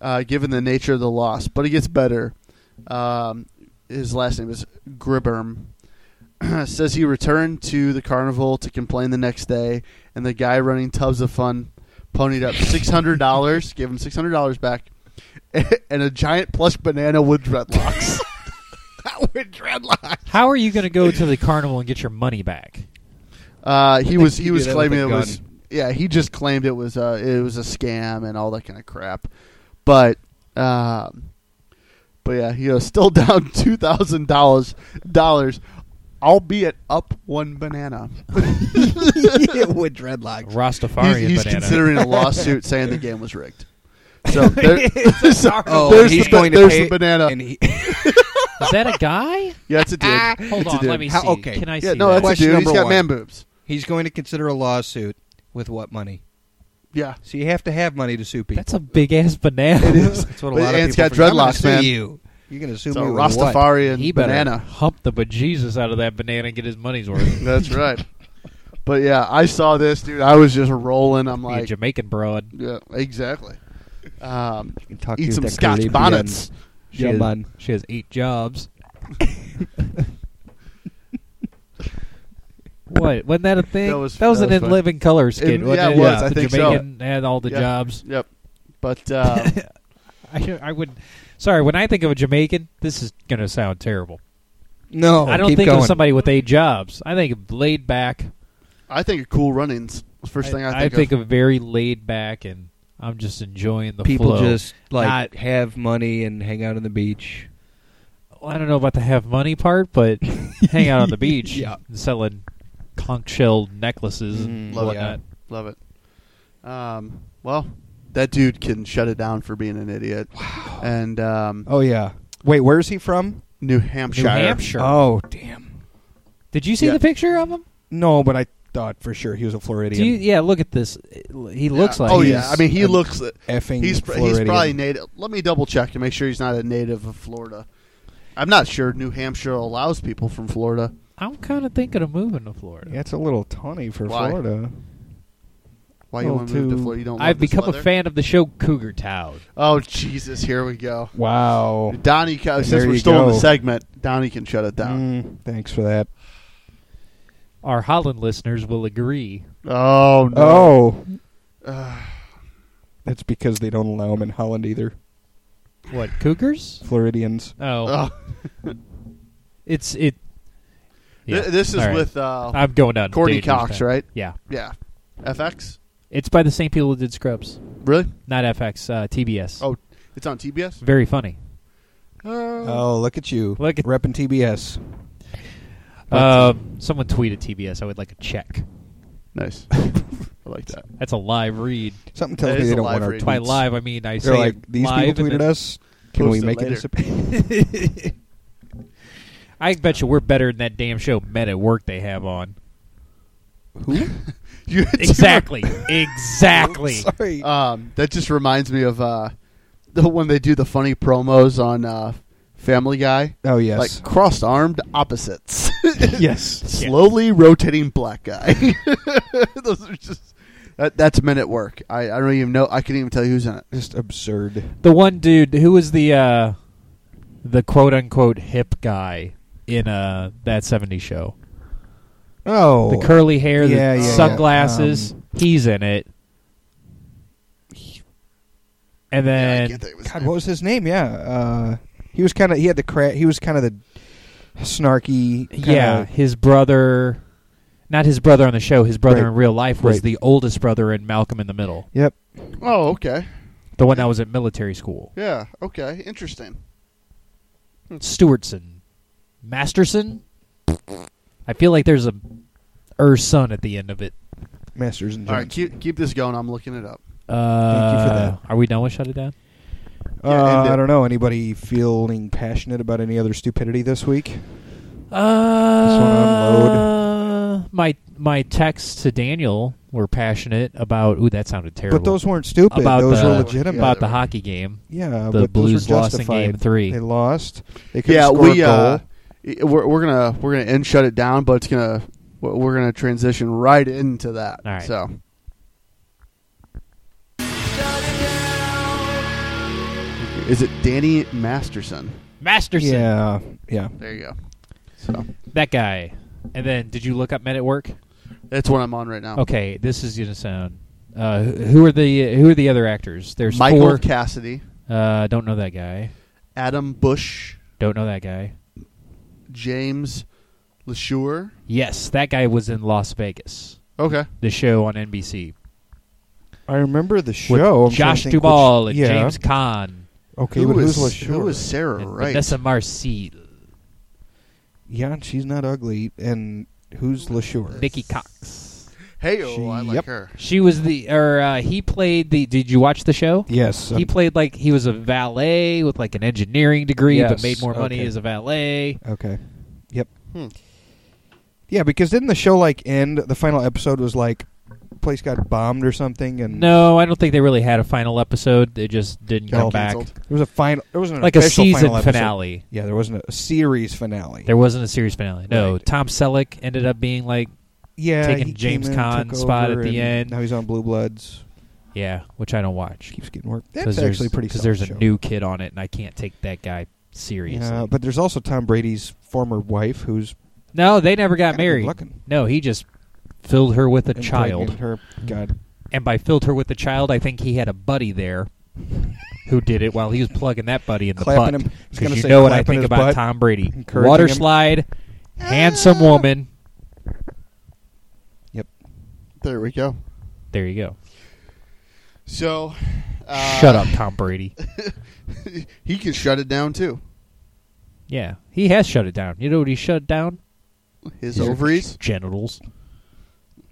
Speaker 1: uh, given the nature of the loss. But it gets better. Um, his last name is Gribberm. Says he returned to the carnival to complain the next day, and the guy running tubs of fun ponied up six hundred dollars, gave him six hundred dollars back, and a giant plush banana with dreadlocks. with dreadlocks.
Speaker 4: How are you going to go to the carnival and get your money back?
Speaker 1: Uh, he
Speaker 3: think
Speaker 1: was
Speaker 3: he
Speaker 1: he
Speaker 3: did
Speaker 1: was
Speaker 3: that
Speaker 1: claiming it
Speaker 3: with a
Speaker 1: was
Speaker 3: gun.
Speaker 1: yeah he just claimed it was a it was a scam and all that kind of crap, but um, but yeah he was still down two thousand dollars dollars, albeit up one banana.
Speaker 3: with dreadlocks.
Speaker 4: Rastafarian
Speaker 1: He's, he's
Speaker 4: banana.
Speaker 1: considering a lawsuit saying the game was rigged. So, there, so
Speaker 3: Oh,
Speaker 1: there's
Speaker 3: and he's
Speaker 1: the, ba-
Speaker 3: going to
Speaker 1: there's
Speaker 3: pay,
Speaker 1: the banana.
Speaker 3: And he,
Speaker 4: Is that a guy?
Speaker 1: yeah, it's a dude.
Speaker 4: Hold
Speaker 1: It's a
Speaker 4: on,
Speaker 1: dude.
Speaker 4: let me see.
Speaker 3: How- okay.
Speaker 4: Can I
Speaker 1: Yeah,
Speaker 4: see
Speaker 1: no,
Speaker 4: that?
Speaker 1: that's
Speaker 3: Question
Speaker 1: a dude. He's
Speaker 3: number
Speaker 1: got
Speaker 3: one.
Speaker 1: man boobs.
Speaker 3: he's going to consider a lawsuit with what money?
Speaker 1: Yeah,
Speaker 3: So you have to have money to sue people.
Speaker 4: That's a big ass banana.
Speaker 3: That's what a
Speaker 1: But-
Speaker 3: lot
Speaker 1: and
Speaker 3: of
Speaker 1: it's
Speaker 3: people
Speaker 1: got
Speaker 3: forget. I'm gonna
Speaker 1: dreadlocks,
Speaker 3: sue
Speaker 1: man.
Speaker 3: You. You're going to sue
Speaker 1: it's a
Speaker 3: me with what?
Speaker 1: Rastafarian
Speaker 4: he better
Speaker 1: banana.
Speaker 4: hump the bejesus out of that banana and get his money's worth.
Speaker 1: That's right. But yeah, I saw this dude. I was just rolling. I'm
Speaker 4: Be a
Speaker 1: like,
Speaker 4: Jamaican broad.
Speaker 1: yeah, exactly. Um,
Speaker 3: You can talk
Speaker 1: eat
Speaker 3: to
Speaker 1: some
Speaker 3: the
Speaker 1: Scotch
Speaker 3: Caribbean.
Speaker 1: bonnets.
Speaker 4: She,
Speaker 3: Yeah,
Speaker 4: has,
Speaker 3: man.
Speaker 4: she has eight jobs. what? Wasn't that a thing?
Speaker 1: That was- that
Speaker 4: an
Speaker 1: was
Speaker 4: In
Speaker 1: fun.
Speaker 4: Living Color skit.
Speaker 1: In-
Speaker 4: wasn't
Speaker 1: yeah, it
Speaker 4: it
Speaker 1: was. I
Speaker 4: the
Speaker 1: think so.
Speaker 4: Jamaican had all the
Speaker 1: Yeah.
Speaker 4: jobs.
Speaker 1: Yep. But uh,
Speaker 4: I, I would. Sorry, when I think of a Jamaican, this is going to sound terrible.
Speaker 3: No,
Speaker 4: I don't
Speaker 3: keep
Speaker 4: think
Speaker 3: going.
Speaker 4: of somebody with eight jobs. I think of laid back.
Speaker 1: I think of cool runnings. First thing I think,
Speaker 4: of. very laid back, and I'm just enjoying the
Speaker 3: people
Speaker 4: flow.
Speaker 3: just like
Speaker 4: Not-
Speaker 3: have money and hang out on the beach.
Speaker 4: I don't know about the have money part, but hang out on the beach,
Speaker 3: Yeah.
Speaker 4: and selling conch shell necklaces and
Speaker 3: Mm,
Speaker 1: love it.
Speaker 4: whatnot.
Speaker 1: Love it. Um, well, that dude can shut it down for being an idiot. Wow. And um,
Speaker 3: Oh yeah. Wait, where is he from?
Speaker 1: New Hampshire.
Speaker 4: New Hampshire.
Speaker 3: Oh damn.
Speaker 4: Did you see
Speaker 1: Yeah.
Speaker 4: the picture of him?
Speaker 3: No, but I thought for sure he was a
Speaker 4: Do
Speaker 3: Floridian.
Speaker 4: you, yeah, look at this. He looks
Speaker 1: Yeah.
Speaker 4: like
Speaker 1: Oh
Speaker 4: he's-
Speaker 1: yeah. I mean, he
Speaker 3: an
Speaker 1: looks.
Speaker 3: effing
Speaker 1: He's pr- he's
Speaker 3: Floridian.
Speaker 1: probably native. Let me double check to make sure he's not a native of Florida. I'm not sure New Hampshire allows people from Florida.
Speaker 4: I'm kind of thinking of moving to Florida.
Speaker 3: it's a little tawny for
Speaker 1: Why?
Speaker 3: Florida.
Speaker 1: Why you
Speaker 3: Well,
Speaker 1: want to move to
Speaker 3: to-
Speaker 1: Florida? You don't. love
Speaker 4: I've
Speaker 1: this
Speaker 4: become
Speaker 1: weather?
Speaker 4: a fan of the show Cougar Town.
Speaker 1: Oh Jesus! Here we go.
Speaker 3: Wow.
Speaker 1: Donnie, ca- since
Speaker 3: There
Speaker 1: we're
Speaker 3: you
Speaker 1: still in the
Speaker 3: go.
Speaker 1: segment, Donnie can shut it down.
Speaker 3: Mm, thanks for that.
Speaker 4: Our Holland listeners will agree.
Speaker 3: Mm.
Speaker 1: Oh no!
Speaker 3: Oh,
Speaker 1: Uh,
Speaker 3: that's because they don't allow him in Holland either.
Speaker 4: What cougars?
Speaker 3: Floridians.
Speaker 4: Oh,
Speaker 1: oh.
Speaker 4: it's it.
Speaker 1: Th- this is
Speaker 4: all right.
Speaker 1: with uh,
Speaker 4: I'm going down.
Speaker 1: Courtney
Speaker 4: dangerous
Speaker 1: Cox,
Speaker 4: path.
Speaker 1: right?
Speaker 4: Yeah,
Speaker 1: Yeah. FX,
Speaker 4: it's by the same people who did Scrubs,
Speaker 1: really?
Speaker 4: not FX. Uh, TBS.
Speaker 1: Oh, it's on TBS.
Speaker 4: very funny.
Speaker 1: Oh,
Speaker 3: Oh, look at you.
Speaker 4: Look at-
Speaker 3: repping TBS.
Speaker 4: Um, someone tweeted TBS. I would like a check.
Speaker 1: nice. I like that.
Speaker 4: That's a live read.
Speaker 3: Something
Speaker 1: That
Speaker 3: tells me
Speaker 1: is
Speaker 3: they
Speaker 1: a
Speaker 3: don't
Speaker 1: live
Speaker 3: want our
Speaker 1: read.
Speaker 3: tweets.
Speaker 4: By live, I mean I
Speaker 3: They're
Speaker 4: say
Speaker 3: like
Speaker 4: it
Speaker 3: these
Speaker 4: live
Speaker 3: people
Speaker 4: and
Speaker 3: tweeted
Speaker 4: then-
Speaker 3: us. Can
Speaker 1: Post
Speaker 3: we
Speaker 1: it
Speaker 3: make
Speaker 1: later.
Speaker 3: it disappear?
Speaker 4: I bet you we're better than that damn show Men at Work they have on.
Speaker 3: Who?
Speaker 1: You-
Speaker 4: Exactly. exactly.
Speaker 3: Sorry.
Speaker 1: um, that just reminds me of uh, the when they do the funny promos on uh, Family Guy,
Speaker 3: oh yes.
Speaker 1: like cross-armed opposites.
Speaker 3: yes.
Speaker 1: slowly rotating black guy. Those are just that, that's men at work. I, I don't even know. I couldn't even tell you who's in it.
Speaker 3: Just absurd.
Speaker 4: The one dude who was the uh, the quote unquote hip guy in uh, that '70s show.
Speaker 3: Oh.
Speaker 4: the curly hair,
Speaker 3: yeah,
Speaker 4: the
Speaker 3: yeah, yeah.
Speaker 4: sunglasses.
Speaker 3: Um,
Speaker 4: He's in it. And
Speaker 1: Yeah, I
Speaker 4: then
Speaker 1: can't think of his
Speaker 3: God,
Speaker 1: name.
Speaker 3: what was his name? Yeah, uh, he was kind of he had the cra- he was kind of the snarky. kinda-
Speaker 4: yeah, his brother not his brother on the show, his brother
Speaker 3: Right.
Speaker 4: in real life was
Speaker 3: Right.
Speaker 4: the oldest brother in Malcolm in the Middle.
Speaker 3: Yep.
Speaker 1: Oh, okay.
Speaker 4: The one that was at military school.
Speaker 1: Yeah. Okay. Interesting.
Speaker 4: Stewartson. Masterson? I feel like there's a er son at the end of it.
Speaker 3: Masters and
Speaker 1: All right.
Speaker 3: Jones.
Speaker 1: Keep keep this going. I'm looking it up.
Speaker 4: Uh,
Speaker 3: that.
Speaker 4: Are we done with Shut It Down?
Speaker 1: Yeah,
Speaker 3: uh,
Speaker 1: and, uh,
Speaker 3: I don't know anybody feeling passionate about any other stupidity this week.
Speaker 4: Uh, my my texts to Daniel were passionate about. Ooh, that sounded terrible.
Speaker 3: But those weren't stupid.
Speaker 4: about
Speaker 3: those
Speaker 4: the,
Speaker 3: were legitimate.
Speaker 4: about the hockey game.
Speaker 3: yeah,
Speaker 4: the
Speaker 3: but
Speaker 4: Blues
Speaker 3: those were
Speaker 4: lost in
Speaker 3: justified.
Speaker 4: game three.
Speaker 3: They lost. They could
Speaker 1: yeah,
Speaker 3: score
Speaker 1: we
Speaker 3: a goal.
Speaker 1: uh, i- we're we're gonna we're gonna end shut it down, but it's gonna we're- we're gonna transition right into that.
Speaker 4: All right.
Speaker 1: So is it Danny Masterson?
Speaker 4: Masterson,
Speaker 3: yeah, yeah.
Speaker 1: There you go. So
Speaker 4: that guy. And then, did you look up Men at Work?
Speaker 1: that's what I'm on right now.
Speaker 4: Okay, this is gonna sound. Uh, who- who are the who are the other actors? There's
Speaker 1: Michael
Speaker 4: four.
Speaker 1: Cassidy,
Speaker 4: uh, don't know that guy.
Speaker 1: Adam Bush,
Speaker 4: Don't know that guy.
Speaker 1: James LeSure.
Speaker 4: Yes, that guy was in Las Vegas.
Speaker 1: Okay.
Speaker 4: The show on NBC.
Speaker 3: I remember the
Speaker 4: with
Speaker 3: show. I'm trying
Speaker 4: Josh
Speaker 3: to think
Speaker 4: Duhamel
Speaker 3: which-
Speaker 4: and
Speaker 3: yeah.
Speaker 4: James Caan
Speaker 3: Okay,
Speaker 1: who
Speaker 3: but
Speaker 1: is
Speaker 3: who's
Speaker 1: who is Sarah
Speaker 4: and
Speaker 1: Wright?
Speaker 4: Vanessa Marcille,
Speaker 3: Yeah, and she's not ugly. And who's LaSure?
Speaker 4: Nikki Cox.
Speaker 1: Hey, oh, I
Speaker 3: She-
Speaker 1: like
Speaker 3: yep.
Speaker 1: her.
Speaker 4: She was the or uh, he played the. Did you watch the show?
Speaker 3: Yes,
Speaker 4: He
Speaker 3: um,
Speaker 4: played like he was a valet with like an engineering degree, but
Speaker 3: Yes,
Speaker 4: made more money
Speaker 3: okay.
Speaker 4: as a valet.
Speaker 3: Okay. Yep.
Speaker 1: Hmm.
Speaker 3: Yeah, because didn't the show like end? The final episode was like, place got bombed or something, and
Speaker 4: No, I don't think they really had a final episode. They just didn't
Speaker 1: Got
Speaker 4: come back.
Speaker 1: canceled.
Speaker 3: there was a final. There wasn't an
Speaker 4: Like a
Speaker 3: official
Speaker 4: season
Speaker 3: final episode.
Speaker 4: finale.
Speaker 3: Yeah, there wasn't a series finale.
Speaker 4: There wasn't a series finale. No,
Speaker 3: Right.
Speaker 4: Tom Selleck ended up being like,
Speaker 3: yeah,
Speaker 4: taking
Speaker 3: he
Speaker 4: James
Speaker 3: came in,
Speaker 4: Caan's
Speaker 3: took
Speaker 4: spot
Speaker 3: over,
Speaker 4: at the
Speaker 3: and
Speaker 4: end.
Speaker 3: Now he's on Blue Bloods.
Speaker 4: yeah, which I don't watch.
Speaker 3: Keeps getting work.
Speaker 4: Because
Speaker 3: That's
Speaker 4: there's-
Speaker 3: actually pretty.
Speaker 4: Because
Speaker 3: Because
Speaker 4: there's a new kid on it, and I can't take that guy seriously.
Speaker 3: Yeah, but there's also Tom Brady's former wife, who's
Speaker 4: no, they never got
Speaker 3: kinda
Speaker 4: married.
Speaker 3: good-looking.
Speaker 4: No, he just filled her with a
Speaker 3: impregnated
Speaker 4: child. Mm-hmm.
Speaker 3: Her God.
Speaker 4: And by filled her with a child, I think he had a buddy there who did it while he was plugging that buddy in the
Speaker 3: Clapping
Speaker 4: butt.
Speaker 3: him. I was
Speaker 4: Because
Speaker 3: gonna
Speaker 4: you
Speaker 3: say
Speaker 4: know what I
Speaker 3: clapping
Speaker 4: think
Speaker 3: his
Speaker 4: about
Speaker 3: butt,
Speaker 4: Tom Brady:
Speaker 3: encouraging
Speaker 4: water
Speaker 3: him. Ah.
Speaker 4: slide, handsome woman.
Speaker 1: There we go.
Speaker 4: There you go.
Speaker 1: So, uh,
Speaker 4: Shut up, Tom Brady.
Speaker 1: he can shut it down too.
Speaker 4: Yeah, he has shut it down. You know what he shut down?
Speaker 1: His
Speaker 3: He's-
Speaker 1: ovaries.
Speaker 4: Genitals,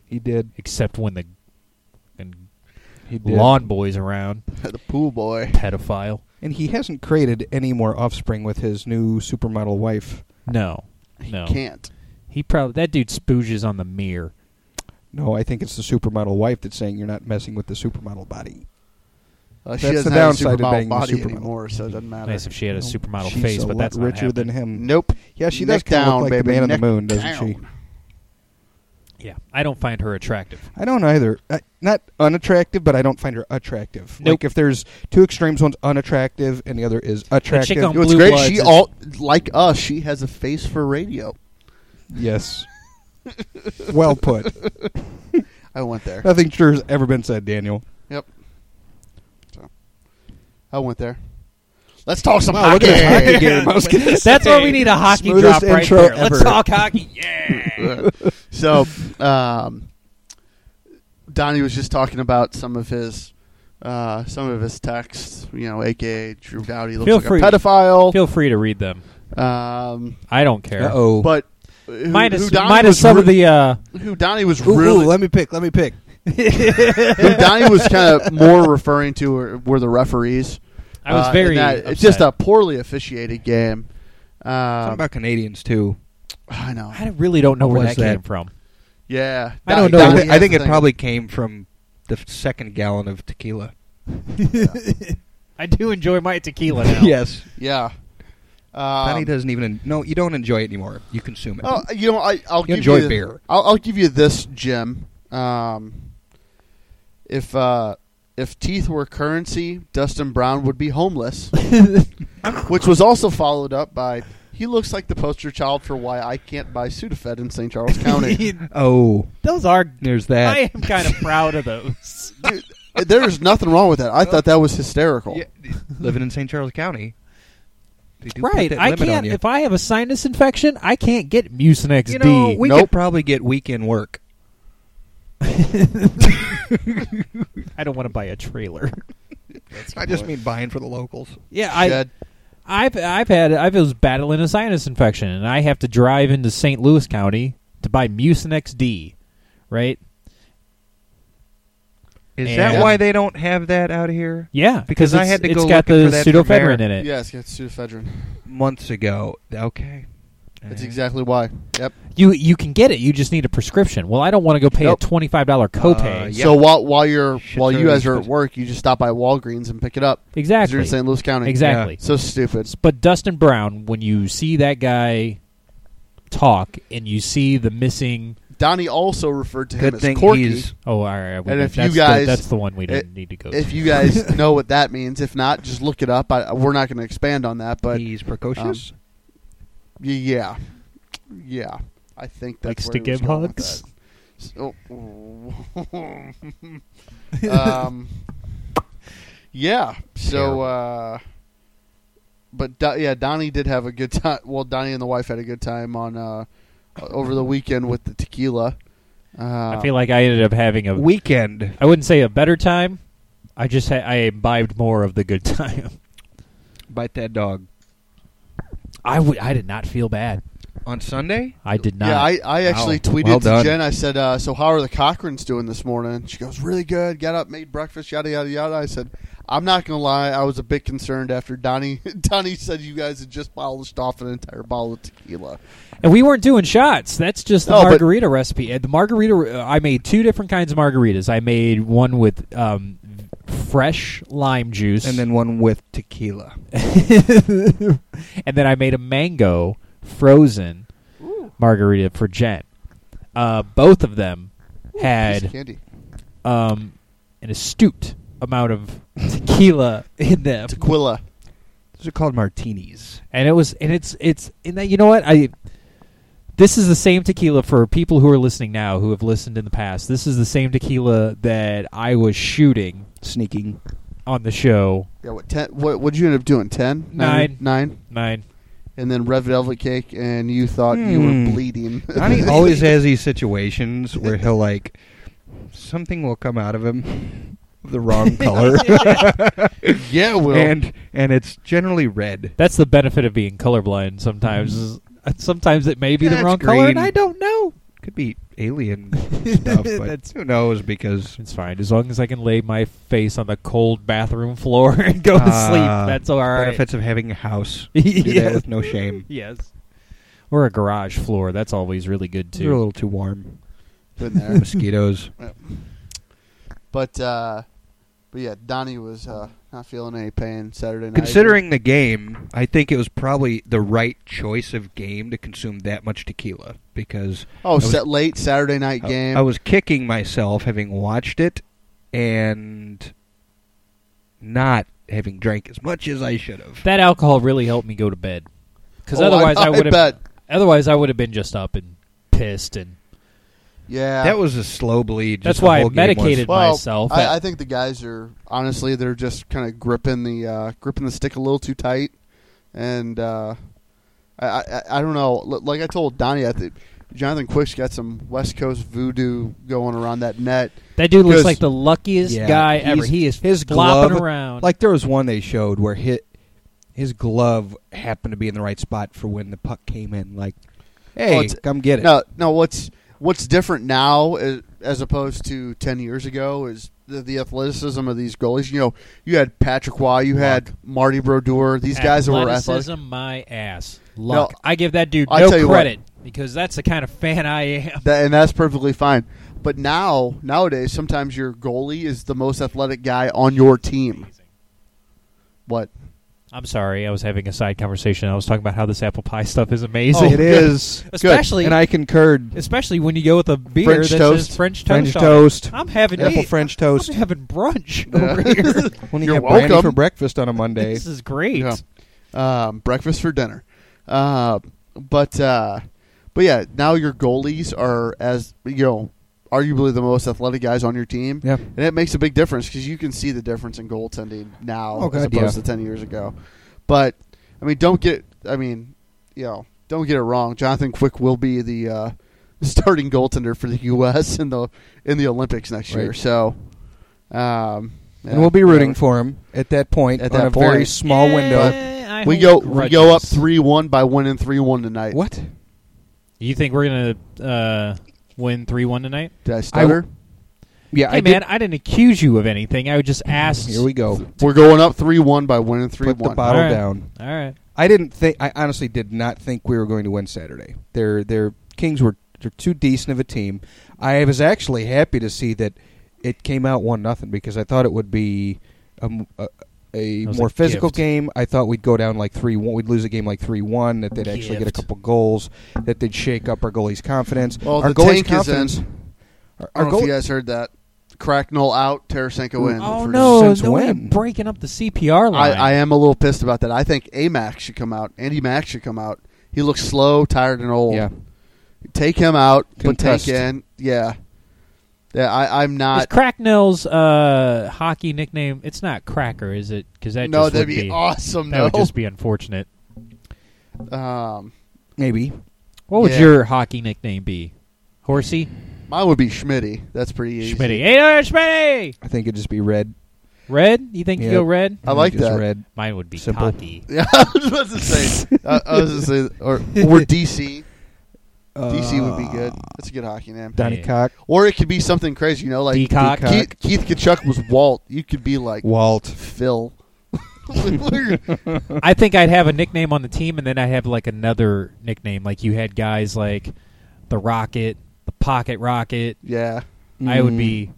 Speaker 3: He did.
Speaker 4: except when the and
Speaker 3: He did.
Speaker 4: lawn boy's around.
Speaker 1: the pool boy.
Speaker 4: Pedophile.
Speaker 3: And he hasn't created any more offspring with his new supermodel wife.
Speaker 4: No, no.
Speaker 1: Can't.
Speaker 4: He probably that dude spooges on the mirror.
Speaker 3: No, I think it's the supermodel wife that's saying you're not messing with the supermodel body.
Speaker 1: Uh, she
Speaker 3: That's
Speaker 1: doesn't
Speaker 3: the
Speaker 1: have a
Speaker 3: downside of
Speaker 1: supermodel
Speaker 3: being the
Speaker 1: body
Speaker 3: supermodel.
Speaker 1: anymore, so it doesn't matter.
Speaker 4: Nice if she had a
Speaker 3: No,
Speaker 4: supermodel
Speaker 3: she's
Speaker 4: face,
Speaker 3: a
Speaker 4: but
Speaker 3: lot
Speaker 4: that's not
Speaker 3: richer than
Speaker 4: happening.
Speaker 3: him.
Speaker 1: Nope.
Speaker 3: Yeah, she
Speaker 1: Neck
Speaker 3: does kind of
Speaker 1: down,
Speaker 3: look like
Speaker 1: baby,
Speaker 3: the man on the
Speaker 1: neck
Speaker 3: moon, doesn't she?
Speaker 1: down.
Speaker 4: Yeah, I don't find her attractive.
Speaker 3: I don't either. I, not unattractive, but I don't find her attractive.
Speaker 4: Nope.
Speaker 3: Like if there's two extremes, one's unattractive and the other is attractive.
Speaker 4: on
Speaker 1: You know, it's
Speaker 4: Blue
Speaker 1: great.
Speaker 4: Bloods
Speaker 1: She
Speaker 4: is-
Speaker 1: all like us. She has a face for radio.
Speaker 3: yes. well put.
Speaker 1: I went there.
Speaker 3: Nothing sure has ever been said, Daniel.
Speaker 1: Yep. So, I went there. Let's talk some
Speaker 3: Wow, look
Speaker 1: hockey.
Speaker 3: at this hockey game. I was gonna
Speaker 4: That's why we need a hockey
Speaker 3: Smoothest
Speaker 4: drop right
Speaker 3: intro
Speaker 4: there. Let's
Speaker 3: ever.
Speaker 4: talk hockey. Yeah.
Speaker 1: so, um, Donnie was just talking about some of his. Uh, some of his texts, you know, aka Drew Dowdy looks
Speaker 4: Feel
Speaker 1: like
Speaker 4: free.
Speaker 1: a pedophile.
Speaker 4: Feel free to read them.
Speaker 1: Um,
Speaker 4: I don't care.
Speaker 3: oh.
Speaker 1: but who, who
Speaker 4: Minus,
Speaker 1: Donnie
Speaker 4: minus
Speaker 1: was
Speaker 4: some of
Speaker 1: re-
Speaker 4: the. Uh,
Speaker 1: who Donnie was
Speaker 3: Ooh,
Speaker 1: really
Speaker 3: ooh, let me pick. Let me pick.
Speaker 1: who Donnie was kind of more referring to were, were the referees.
Speaker 4: I was
Speaker 1: Uh, and
Speaker 4: very.
Speaker 1: that- It's
Speaker 4: upset.
Speaker 1: just a poorly officiated game.
Speaker 3: Something
Speaker 1: Um,
Speaker 3: about Canadians too.
Speaker 1: I know.
Speaker 4: I really don't know where
Speaker 3: What
Speaker 4: that,
Speaker 3: is that?
Speaker 4: came from.
Speaker 1: Yeah,
Speaker 4: I
Speaker 1: Donnie-
Speaker 4: don't know.
Speaker 3: I,
Speaker 1: Donnie
Speaker 3: thi- I
Speaker 1: has
Speaker 3: think
Speaker 1: the
Speaker 3: it
Speaker 1: thing.
Speaker 3: probably came from the f- second gallon of tequila.
Speaker 4: I do enjoy my tequila now.
Speaker 3: yes.
Speaker 1: Yeah. Um,
Speaker 3: Donnie doesn't even. en- no, you don't enjoy it anymore. You consume it.
Speaker 1: Oh, you know, I, I'll
Speaker 3: You
Speaker 1: give
Speaker 3: enjoy
Speaker 1: you the-
Speaker 3: beer.
Speaker 1: I'll, I'll give you this, Jim. Um, if uh, if teeth were currency, Dustin Brown would be homeless, which was also followed up by He looks like the poster child for why I can't buy Sudafed in St. Charles County.
Speaker 3: Oh,
Speaker 2: Those are.
Speaker 3: there's that.
Speaker 2: I am kind of proud of those.
Speaker 1: Dude, there is nothing wrong with that. I thought that was hysterical.
Speaker 3: Yeah, living in St. Charles County. They do put
Speaker 4: Right.
Speaker 3: that
Speaker 4: I
Speaker 3: limit on
Speaker 4: can't.
Speaker 3: you.
Speaker 4: If I have a sinus infection, I can't get Mucinex
Speaker 3: you know,
Speaker 4: D.
Speaker 3: we
Speaker 1: Nope.
Speaker 3: could probably get weekend work.
Speaker 2: I don't want to buy a trailer.
Speaker 3: I just mean buying for the locals.
Speaker 4: yeah, I.
Speaker 1: Shed.
Speaker 4: I've I've had I was battling a sinus infection, and I have to drive into St. Louis County to buy Mucinex D, right?
Speaker 3: Is
Speaker 4: And-
Speaker 3: that why they don't have that out here?
Speaker 4: Yeah,
Speaker 3: Because I
Speaker 4: it's-
Speaker 3: had to
Speaker 4: It's
Speaker 3: go
Speaker 4: got
Speaker 3: looking for
Speaker 4: the
Speaker 3: that for
Speaker 4: pseudoephedrine
Speaker 3: Mara.
Speaker 4: in it.
Speaker 1: Yes, yeah, it's Sudafedrin.
Speaker 3: Months ago. Okay.
Speaker 1: That's
Speaker 3: Eh.
Speaker 1: exactly why. Yep.
Speaker 4: You you can get it. You just need a prescription. Well, I don't want to go pay
Speaker 1: Nope.
Speaker 4: a twenty five dollar copay.
Speaker 3: Uh, yeah.
Speaker 1: So while while you're
Speaker 3: Shit's
Speaker 1: while you
Speaker 3: already
Speaker 1: guys are at
Speaker 3: supposed-
Speaker 1: work, you just stop by Walgreens and pick it up. 'Cause You're
Speaker 4: Exactly.
Speaker 1: in St. Louis County.
Speaker 4: Exactly.
Speaker 1: So stupid.
Speaker 4: But Dustin Brown, when you see that guy talk and you see the missing,
Speaker 1: Donnie also referred to him
Speaker 3: Good
Speaker 1: as
Speaker 3: thing
Speaker 1: Corky.
Speaker 3: he's
Speaker 4: oh, all right, we-
Speaker 1: And if you
Speaker 4: that's
Speaker 1: guys-
Speaker 4: the, that's the one we
Speaker 1: i-
Speaker 4: didn't need to go.
Speaker 1: If
Speaker 4: to.
Speaker 1: you guys know what that means, if not, just look it up. I, we're not going to expand on that, but
Speaker 3: he's precocious.
Speaker 1: y- yeah, yeah, I think
Speaker 2: Likes
Speaker 1: that's where
Speaker 2: to
Speaker 1: he was
Speaker 2: give
Speaker 1: going with
Speaker 2: hugs?
Speaker 1: that. So- um, yeah. So, uh, but Do- yeah, Donnie did have a good time. Well, Donnie and the wife had a good time on uh, over the weekend with the tequila. Uh,
Speaker 4: I feel like I ended up having a
Speaker 3: um, Weekend.
Speaker 4: I wouldn't say a better time. I just ha- I imbibed more of the good time.
Speaker 3: Bite that dog.
Speaker 4: I w- I did not feel bad.
Speaker 3: On Sunday?
Speaker 4: I did not.
Speaker 1: Yeah, I, I actually
Speaker 3: Wow.
Speaker 1: tweeted
Speaker 3: Well
Speaker 1: to
Speaker 3: done.
Speaker 1: Jen. I said, uh, "So how are the Cochranes doing this morning?" She goes, "Really good. Got up, made breakfast, yada yada yada." I said, "I'm not gonna lie. I was a bit concerned after Donnie. Donnie said you guys had just polished off an entire bottle of tequila.
Speaker 4: and we weren't doing shots. That's just the
Speaker 1: No, but-
Speaker 4: margarita recipe. And the margarita uh, I made two different kinds of margaritas. I made one with um, fresh lime juice,
Speaker 3: And then one with tequila.
Speaker 4: then and then I made a mango frozen margarita for Jen. Uh, both of them
Speaker 1: Piece
Speaker 4: had
Speaker 1: of candy.
Speaker 4: um, an astute amount of tequila in them,
Speaker 1: Tequila.
Speaker 3: Those are called martinis.
Speaker 4: and it was and it's it's in that you know what I. This is the same tequila for people who are listening now who have listened in the past. This is the same tequila that I was shooting
Speaker 3: Sneaking.
Speaker 4: on the show
Speaker 1: Yeah. What ten? What would you end up doing? Ten?
Speaker 4: Nine.
Speaker 1: Nine.
Speaker 4: nine.
Speaker 1: And then red velvet cake, and you thought you
Speaker 3: Hmm.
Speaker 1: were bleeding.
Speaker 3: Donnie always has these situations where he'll, like, something will come out of him of the wrong color.
Speaker 1: yeah, Will.
Speaker 3: and and it's generally red.
Speaker 4: That's the benefit of being colorblind. Sometimes, is- sometimes it may be
Speaker 3: Yeah,
Speaker 4: the
Speaker 3: it's
Speaker 4: wrong color,
Speaker 3: Mm-hmm.
Speaker 4: and
Speaker 3: green.
Speaker 4: I don't know.
Speaker 3: Could be alien stuff, but
Speaker 4: That's-
Speaker 3: who knows because
Speaker 4: It's fine as long as I can lay my face on the cold bathroom floor and go to sleep.
Speaker 3: uh,
Speaker 4: That's all right.
Speaker 3: Benefits of having a house. Do that
Speaker 4: yes.
Speaker 3: with no shame.
Speaker 4: yes. Or a garage floor. That's always really good
Speaker 3: You're a
Speaker 4: too.
Speaker 3: little too warm.
Speaker 1: Been there.
Speaker 3: Mosquitoes.
Speaker 1: But uh, but yeah, Donnie was uh, not feeling any pain Saturday night.
Speaker 3: Considering the game, I think it was probably the right choice of game to consume that much tequila because
Speaker 1: Oh,
Speaker 3: was-
Speaker 1: set late Saturday night
Speaker 3: I-
Speaker 1: game.
Speaker 3: I was kicking myself having watched it and not having drank as much as I should have.
Speaker 4: That alcohol really helped me go to bed. Because
Speaker 1: Oh, I-
Speaker 4: otherwise, I,
Speaker 1: I
Speaker 4: would have.
Speaker 1: bet.
Speaker 4: Otherwise, I would have been just up and pissed, and
Speaker 1: yeah,
Speaker 3: That was a slow bleed.
Speaker 4: That's
Speaker 3: just the
Speaker 4: why I
Speaker 3: whole game was.
Speaker 4: medicated.
Speaker 1: well,
Speaker 4: myself.
Speaker 1: I, I think the guys are honestly they're just kind of gripping the uh, gripping the stick a little too tight, and uh, I, I I don't know. L- Like I told Donnie, I think Jonathan Quick's got some West Coast voodoo going around that net.
Speaker 4: that dude looks
Speaker 1: 'Cause-
Speaker 4: like the luckiest
Speaker 3: Yeah,
Speaker 4: guy
Speaker 3: he's-
Speaker 4: ever. He is
Speaker 3: his
Speaker 4: flopping
Speaker 3: glove-
Speaker 4: around.
Speaker 3: Like there was one they showed where his, his glove happened to be in the right spot for when the puck came in. Like, hey,
Speaker 1: Oh, it's-
Speaker 3: come get it.
Speaker 1: No, no. What's what's different now is, as opposed to ten years ago is the, the athleticism of these goalies. You know, you had Patrick Waugh, you had Marty Brodeur. These guys that were athletic.
Speaker 4: athleticism, my ass. Luck.
Speaker 1: No,
Speaker 4: I give that dude
Speaker 1: I
Speaker 4: no
Speaker 1: tell you what.
Speaker 4: credit because that's the kind of fan I am.
Speaker 1: That, and that's perfectly fine. But now, nowadays, sometimes your goalie is the most athletic guy on your team. What?
Speaker 4: I'm sorry, I was having a side conversation. I was talking about how this apple pie stuff is amazing,
Speaker 1: Oh.
Speaker 3: it is.
Speaker 4: especially
Speaker 3: And I concurred.
Speaker 4: especially when you go with a beer
Speaker 1: French
Speaker 4: that
Speaker 1: toast.
Speaker 4: says French toast.
Speaker 3: French
Speaker 4: on it.
Speaker 3: toast.
Speaker 4: I'm having
Speaker 3: Apple
Speaker 4: me-
Speaker 3: French toast.
Speaker 4: I'm having brunch
Speaker 1: Yeah.
Speaker 4: over here.
Speaker 3: When
Speaker 1: You're
Speaker 3: you have brandy
Speaker 1: welcome.
Speaker 3: for breakfast on a Monday.
Speaker 4: this is great.
Speaker 1: Yeah. Um, breakfast for dinner. Uh, but uh, but yeah, now your goalies are as you know arguably the most athletic guys on your team.
Speaker 3: Yep.
Speaker 1: and it makes a big difference because you can see the difference in goaltending now
Speaker 3: Oh,
Speaker 1: as
Speaker 3: God,
Speaker 1: opposed to
Speaker 3: yeah.
Speaker 1: ten years ago. But I mean, don't get I mean, you know, don't get it wrong. Jonathan Quick will be the uh, starting goaltender for the U.S. in the in the Olympics next year.
Speaker 3: Right.
Speaker 1: So, um, yeah,
Speaker 3: and we'll be rooting
Speaker 1: whatever.
Speaker 3: for him at that point
Speaker 1: At
Speaker 3: on
Speaker 1: that
Speaker 3: a very
Speaker 1: point.
Speaker 3: small window.
Speaker 4: Eh, I
Speaker 1: We go
Speaker 4: hold
Speaker 1: we go up
Speaker 4: grudges.
Speaker 1: three one by winning three one tonight.
Speaker 3: What?
Speaker 4: You think we're gonna uh, win three one tonight?
Speaker 1: did I stutter?
Speaker 3: Yeah,
Speaker 4: Hey
Speaker 3: I
Speaker 4: man, I didn't accuse you of anything. I would
Speaker 1: Mm-hmm.
Speaker 4: just ask.
Speaker 3: Did. Here we go.
Speaker 1: We're going up three one by winning three
Speaker 3: Put the
Speaker 1: one.
Speaker 3: bottle
Speaker 4: All right.
Speaker 3: down.
Speaker 4: All right.
Speaker 3: I didn't think. I honestly did not think we were going to win Saturday. Their their Kings were they're too decent of a team. I was actually happy to see that it came out one nothing because I thought it would be a, m- a- a
Speaker 4: That was
Speaker 3: more
Speaker 4: a
Speaker 3: physical
Speaker 4: gift.
Speaker 3: game. I thought we'd go down like three one. We'd lose a game like three one. That they'd actually get a
Speaker 4: Gift.
Speaker 3: couple goals. That they'd shake up our goalie's confidence.
Speaker 1: Well,
Speaker 3: our
Speaker 1: the
Speaker 3: goalie's
Speaker 1: tank is in.
Speaker 3: confidence. Our,
Speaker 1: I don't
Speaker 3: our
Speaker 1: know if
Speaker 3: goal.
Speaker 1: you guys heard that. Cracknell out, Tarasenko in.
Speaker 4: Oh
Speaker 1: for-
Speaker 4: no!
Speaker 3: since
Speaker 4: No way
Speaker 3: when?
Speaker 4: I'm breaking up the
Speaker 1: I,
Speaker 4: CPR line.
Speaker 1: I am a little pissed about that. I think Amac should come out. Andy Mack should come out. He looks slow, tired, and old.
Speaker 3: Yeah.
Speaker 1: Take him out, put
Speaker 3: Concussed.
Speaker 1: Tank in. Yeah. Yeah, I, I'm
Speaker 4: Is
Speaker 1: not.
Speaker 4: Cracknell's uh, hockey nickname? It's not Cracker, is it? Because that
Speaker 1: No,
Speaker 4: just
Speaker 1: that'd
Speaker 4: would
Speaker 1: be, awesome,
Speaker 4: that
Speaker 1: no.
Speaker 4: would just be unfortunate.
Speaker 1: um,
Speaker 3: Maybe.
Speaker 4: What would
Speaker 1: Yeah.
Speaker 4: your hockey nickname be? Horsey,
Speaker 1: mine would be Schmitty. That's pretty easy.
Speaker 4: Schmitty, hey there, Schmitty.
Speaker 3: I think it'd just be red.
Speaker 4: Red? You think you
Speaker 3: Yep.
Speaker 4: go red?
Speaker 1: I like
Speaker 3: Just
Speaker 1: that.
Speaker 3: Red.
Speaker 4: Mine would be
Speaker 3: Simple.
Speaker 4: cocky.
Speaker 1: Yeah, I was about to say. I, I was going to say. Or, or DC. DC would be
Speaker 4: Uh,
Speaker 1: good. That's a good hockey name.
Speaker 3: Uh, Donny
Speaker 4: Yeah.
Speaker 3: Cock.
Speaker 1: Or it could be something crazy, you know, like
Speaker 4: Decock.
Speaker 1: Keith, Keith Kachuk was Walt. You could be like
Speaker 3: Walt.
Speaker 1: Phil.
Speaker 4: I think I'd have a nickname on the team, and then I'd have like another nickname. Like you had guys like the Rocket, the Pocket Rocket.
Speaker 1: yeah.
Speaker 4: I would
Speaker 3: Mm.
Speaker 4: be,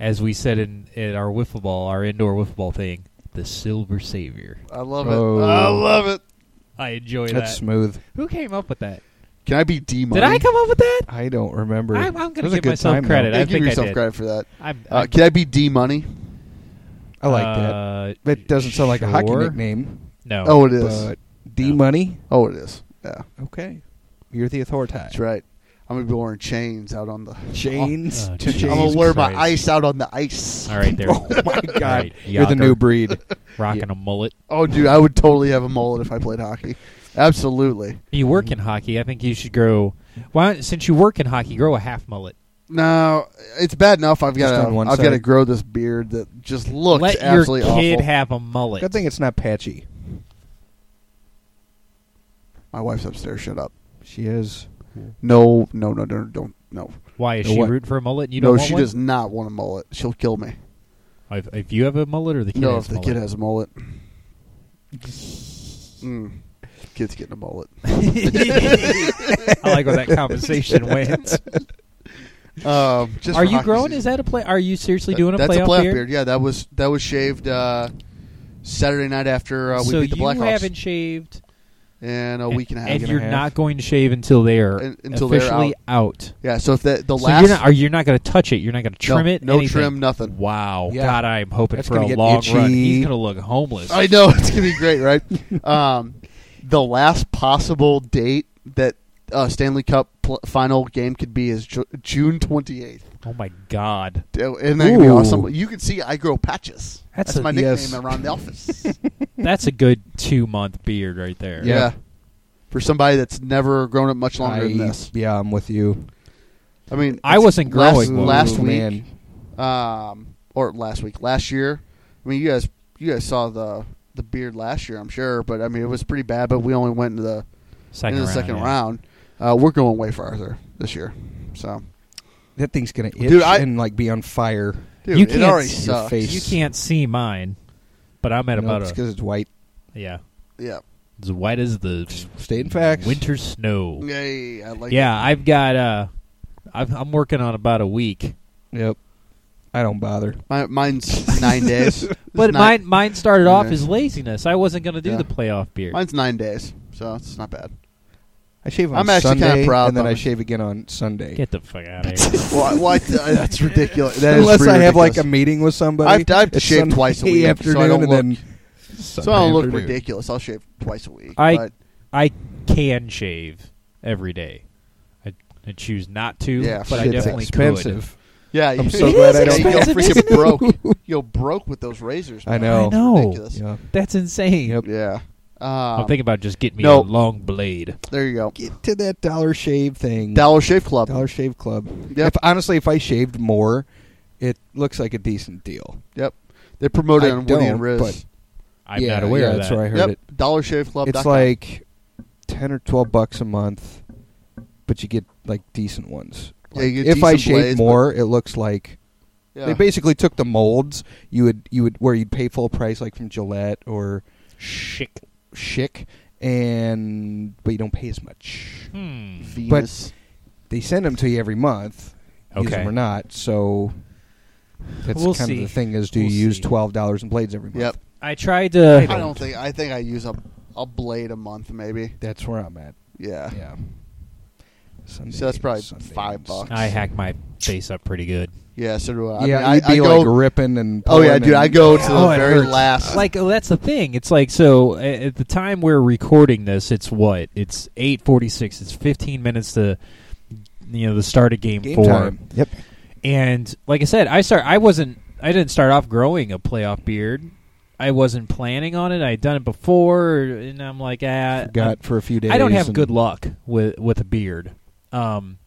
Speaker 4: as we said in, in our wiffle ball, our indoor wiffle ball thing, the Silver Savior.
Speaker 1: I love it.
Speaker 3: Oh.
Speaker 1: I love it.
Speaker 4: I enjoy
Speaker 3: That's
Speaker 4: that.
Speaker 3: smooth.
Speaker 4: Who came up with that?
Speaker 1: Can I be D money?
Speaker 4: Did I come up with that?
Speaker 3: I don't remember.
Speaker 4: I'm- I'm
Speaker 3: That
Speaker 4: gonna
Speaker 3: was a
Speaker 4: give
Speaker 3: good
Speaker 4: myself
Speaker 3: time, though.
Speaker 4: credit.
Speaker 1: Yeah,
Speaker 4: I
Speaker 1: give
Speaker 4: think I
Speaker 1: yourself
Speaker 4: did.
Speaker 1: credit for that.
Speaker 4: I'm,
Speaker 1: Uh, can I be D money?
Speaker 3: I like
Speaker 4: uh,
Speaker 3: that. That doesn't sound like a hockey nickname.
Speaker 4: No.
Speaker 1: Oh, it is.
Speaker 3: But D Money.
Speaker 1: oh, it is. Yeah,
Speaker 3: Okay, you're the authority. uh,
Speaker 1: that's right. I'm gonna be wearing chains out on the.
Speaker 3: Chains.
Speaker 4: Oh,
Speaker 3: Two
Speaker 1: I'm
Speaker 4: jeez.
Speaker 3: chains.
Speaker 1: gonna
Speaker 4: Jesus
Speaker 1: wear my
Speaker 4: Christ.
Speaker 1: ice out on the ice.
Speaker 4: All right, there.
Speaker 3: Oh my God,
Speaker 4: Right,
Speaker 3: you're the
Speaker 4: Yager.
Speaker 3: new breed.
Speaker 4: Rocking a mullet.
Speaker 1: Oh, dude, I would totally have a mullet if I played hockey. Absolutely.
Speaker 4: You work in hockey. I think you should grow. Why, don't- since you work in hockey, grow a half mullet.
Speaker 1: No, it's bad enough. I've got
Speaker 3: Just on
Speaker 1: to.
Speaker 3: one
Speaker 1: I've got to
Speaker 3: side.
Speaker 1: grow this beard that just looks
Speaker 4: Let your
Speaker 1: absolutely
Speaker 4: kid
Speaker 1: awful.
Speaker 4: have a mullet.
Speaker 3: Good thing it's not patchy.
Speaker 1: my wife's upstairs. Shut up.
Speaker 3: She is.
Speaker 1: No, no, no, no, don't. No,
Speaker 4: Why is
Speaker 3: No,
Speaker 4: she
Speaker 3: what?
Speaker 4: rooting for a mullet? And you
Speaker 1: no,
Speaker 4: don't want
Speaker 1: she
Speaker 4: one?
Speaker 1: does not want a mullet. She'll kill me.
Speaker 4: If, if you have a mullet or the kid
Speaker 1: no,
Speaker 4: has
Speaker 1: if the
Speaker 4: a mullet.
Speaker 1: kid has a mullet. Mm. Kid's getting a mullet.
Speaker 4: I like where that conversation went.
Speaker 1: Um, just for
Speaker 4: Are you
Speaker 1: hockey
Speaker 4: growing?
Speaker 1: season.
Speaker 4: Is that a play? Are you seriously doing a
Speaker 1: That's
Speaker 4: playoff,
Speaker 1: a playoff
Speaker 4: beard?
Speaker 1: Yeah, that was that was shaved uh, Saturday night after uh, we
Speaker 4: so
Speaker 1: beat the
Speaker 4: you haven't
Speaker 1: Blackhawks
Speaker 4: shaved,
Speaker 1: in a week and a half.
Speaker 4: and
Speaker 3: and a
Speaker 4: you're
Speaker 3: half.
Speaker 4: not going to shave until they are
Speaker 1: Un- until they're
Speaker 4: officially out.
Speaker 1: yeah, so if that the
Speaker 4: so
Speaker 1: last
Speaker 4: you're not, are you not going to touch it? You're not going to trim
Speaker 1: no,
Speaker 4: it?
Speaker 1: no
Speaker 4: anything?
Speaker 1: trim, nothing.
Speaker 4: Wow,
Speaker 3: Yeah.
Speaker 4: God, I'm hoping
Speaker 3: That's
Speaker 4: for
Speaker 3: gonna
Speaker 4: a
Speaker 3: get
Speaker 4: long run.
Speaker 3: itchy.
Speaker 4: He's going to look homeless.
Speaker 1: I know it's gonna be great, right? um, the last possible date that uh, Stanley Cup pl- final game could be is ju- June 28th.
Speaker 4: oh my God,
Speaker 1: Isn't Oh, that gonna be
Speaker 3: Ooh.
Speaker 1: awesome? You can see I grow patches. That's,
Speaker 3: That's a-
Speaker 1: my nickname
Speaker 3: yes.
Speaker 1: around the office.
Speaker 4: that's a good two month beard right there.
Speaker 1: yeah. For somebody that's never grown up much longer than
Speaker 3: I-
Speaker 1: this.
Speaker 3: Yeah, I'm with you.
Speaker 1: I mean,
Speaker 4: I
Speaker 1: it's
Speaker 4: wasn't
Speaker 1: last,
Speaker 4: growing one.
Speaker 1: last
Speaker 3: Ooh,
Speaker 1: week,
Speaker 3: man.
Speaker 1: um, or last week, last year. I mean, you guys, you guys saw the the beard last year, I'm sure, but I mean, it was pretty bad. But we only went into the
Speaker 4: second
Speaker 1: into the
Speaker 4: round,
Speaker 1: second
Speaker 4: yeah.
Speaker 1: round. Uh, we're going way farther this year. So,
Speaker 3: That thing's gonna itch
Speaker 1: Dude, I-
Speaker 3: and like be on fire.
Speaker 1: dude,
Speaker 4: You
Speaker 1: it
Speaker 4: can't
Speaker 1: already
Speaker 4: see
Speaker 3: your
Speaker 1: sucks.
Speaker 3: face.
Speaker 4: You can't see mine, but I'm at
Speaker 3: No,
Speaker 4: about
Speaker 3: it's
Speaker 4: a
Speaker 3: because it's white.
Speaker 4: yeah,
Speaker 1: Yeah,
Speaker 4: as white as the
Speaker 3: Stating facts.
Speaker 4: winter snow.
Speaker 1: yay! I like.
Speaker 4: Yeah, I've got. uh I've, I'm working on about a week,
Speaker 3: Yep. I don't bother.
Speaker 1: it. My, mine's nine days. It's
Speaker 4: but
Speaker 1: nine-
Speaker 4: mine mine started off
Speaker 1: Yeah.
Speaker 4: as laziness. I wasn't going to do
Speaker 1: Yeah.
Speaker 4: the playoff beard.
Speaker 1: mine's nine days, so it's not bad.
Speaker 3: I shave on
Speaker 1: I'm actually kinda
Speaker 3: Sunday,
Speaker 1: proud
Speaker 3: and then
Speaker 1: of
Speaker 3: I
Speaker 1: it.
Speaker 3: shave again on Sunday.
Speaker 4: Get the fuck out of here!
Speaker 1: What? what? uh, that's ridiculous. That is
Speaker 3: Unless I
Speaker 1: pretty
Speaker 3: have like a
Speaker 1: ridiculous.
Speaker 3: meeting with somebody.
Speaker 1: I've- I've
Speaker 3: It's
Speaker 1: shaved
Speaker 3: Sunday
Speaker 1: twice a week, so I
Speaker 3: afternoon
Speaker 1: don't
Speaker 3: and then
Speaker 1: So I don't look
Speaker 3: Sunday afternoon.
Speaker 1: ridiculous. I'll shave twice a week.
Speaker 4: I-
Speaker 1: but
Speaker 4: I can shave every day. I, I choose not to,
Speaker 1: Yeah,
Speaker 4: but I
Speaker 1: shit's
Speaker 4: definitely
Speaker 3: expensive.
Speaker 1: Yeah,
Speaker 3: I'm
Speaker 1: you-
Speaker 3: so glad I don't-
Speaker 1: You'll
Speaker 3: Expensive,
Speaker 1: freaking broke. You'll broke with those razors.
Speaker 3: I
Speaker 1: man.
Speaker 3: know.
Speaker 1: It's
Speaker 4: I know.
Speaker 1: ridiculous.
Speaker 3: Yeah.
Speaker 4: could. That's insane.
Speaker 3: Yep.
Speaker 1: Yeah.
Speaker 4: I'm
Speaker 1: Um,
Speaker 4: thinking about just getting me
Speaker 1: no.
Speaker 4: a long blade.
Speaker 1: there you go.
Speaker 3: Get to that Dollar Shave thing.
Speaker 1: Dollar Shave Club.
Speaker 3: Dollar Shave Club.
Speaker 1: Yep.
Speaker 3: If honestly, if I shaved more, it looks like a decent deal.
Speaker 1: Yep. They promoted
Speaker 3: I
Speaker 1: on Woody and
Speaker 3: don't,
Speaker 1: Riz.
Speaker 3: but
Speaker 4: I'm
Speaker 3: yeah,
Speaker 4: not aware
Speaker 3: yeah,
Speaker 4: of that.
Speaker 3: That's where I heard
Speaker 1: yep.
Speaker 3: it.
Speaker 1: Dollar Shave Club.
Speaker 3: It's like ten or twelve bucks a month, but you get like decent ones.
Speaker 1: Yeah, you get
Speaker 3: if I
Speaker 1: decent
Speaker 3: shave
Speaker 1: blades, but-
Speaker 3: more, it looks like they basically took the molds you would you would where you'd pay full price like from Gillette or
Speaker 4: Chic.
Speaker 3: Schick, and but you don't pay as much.
Speaker 4: Hmm.
Speaker 1: Venus.
Speaker 3: They send them to you every month, use
Speaker 4: Okay.
Speaker 3: them or not. So that's
Speaker 4: We'll
Speaker 3: kind of
Speaker 4: see.
Speaker 3: the thing is, do
Speaker 4: We'll
Speaker 3: you use
Speaker 4: see.
Speaker 3: twelve dollars in blades every month?
Speaker 1: yep.
Speaker 4: I tried to.
Speaker 1: I don't think. I think I use a a blade a month, maybe.
Speaker 3: That's where I'm at.
Speaker 1: Yeah.
Speaker 3: Yeah. Sunday,
Speaker 1: Uh. So that's probably five
Speaker 3: and
Speaker 1: bucks.
Speaker 4: I hack my face up pretty good.
Speaker 1: Yeah. So do I.
Speaker 3: yeah,
Speaker 1: I, mean,
Speaker 3: you'd
Speaker 1: I, I
Speaker 3: be
Speaker 1: go.
Speaker 3: like ripping and.
Speaker 1: oh yeah,
Speaker 3: pulling
Speaker 1: dude. I
Speaker 3: and-
Speaker 1: go to the
Speaker 4: Oh, it
Speaker 1: very
Speaker 4: hurts.
Speaker 1: last.
Speaker 4: Like oh, that's the thing. It's like so. a- At the time we're recording this, it's what? It's eight forty-six. It's fifteen minutes to, you know, the start of game,
Speaker 3: Game
Speaker 4: four.
Speaker 3: time. Yep.
Speaker 4: And like I said, I start. I wasn't. I didn't start off growing a playoff beard. I wasn't planning on it. I had done it before, and I'm like, ah, I'm-
Speaker 3: Got for a few days.
Speaker 4: I don't have
Speaker 3: and-
Speaker 4: good luck with with a beard. Um,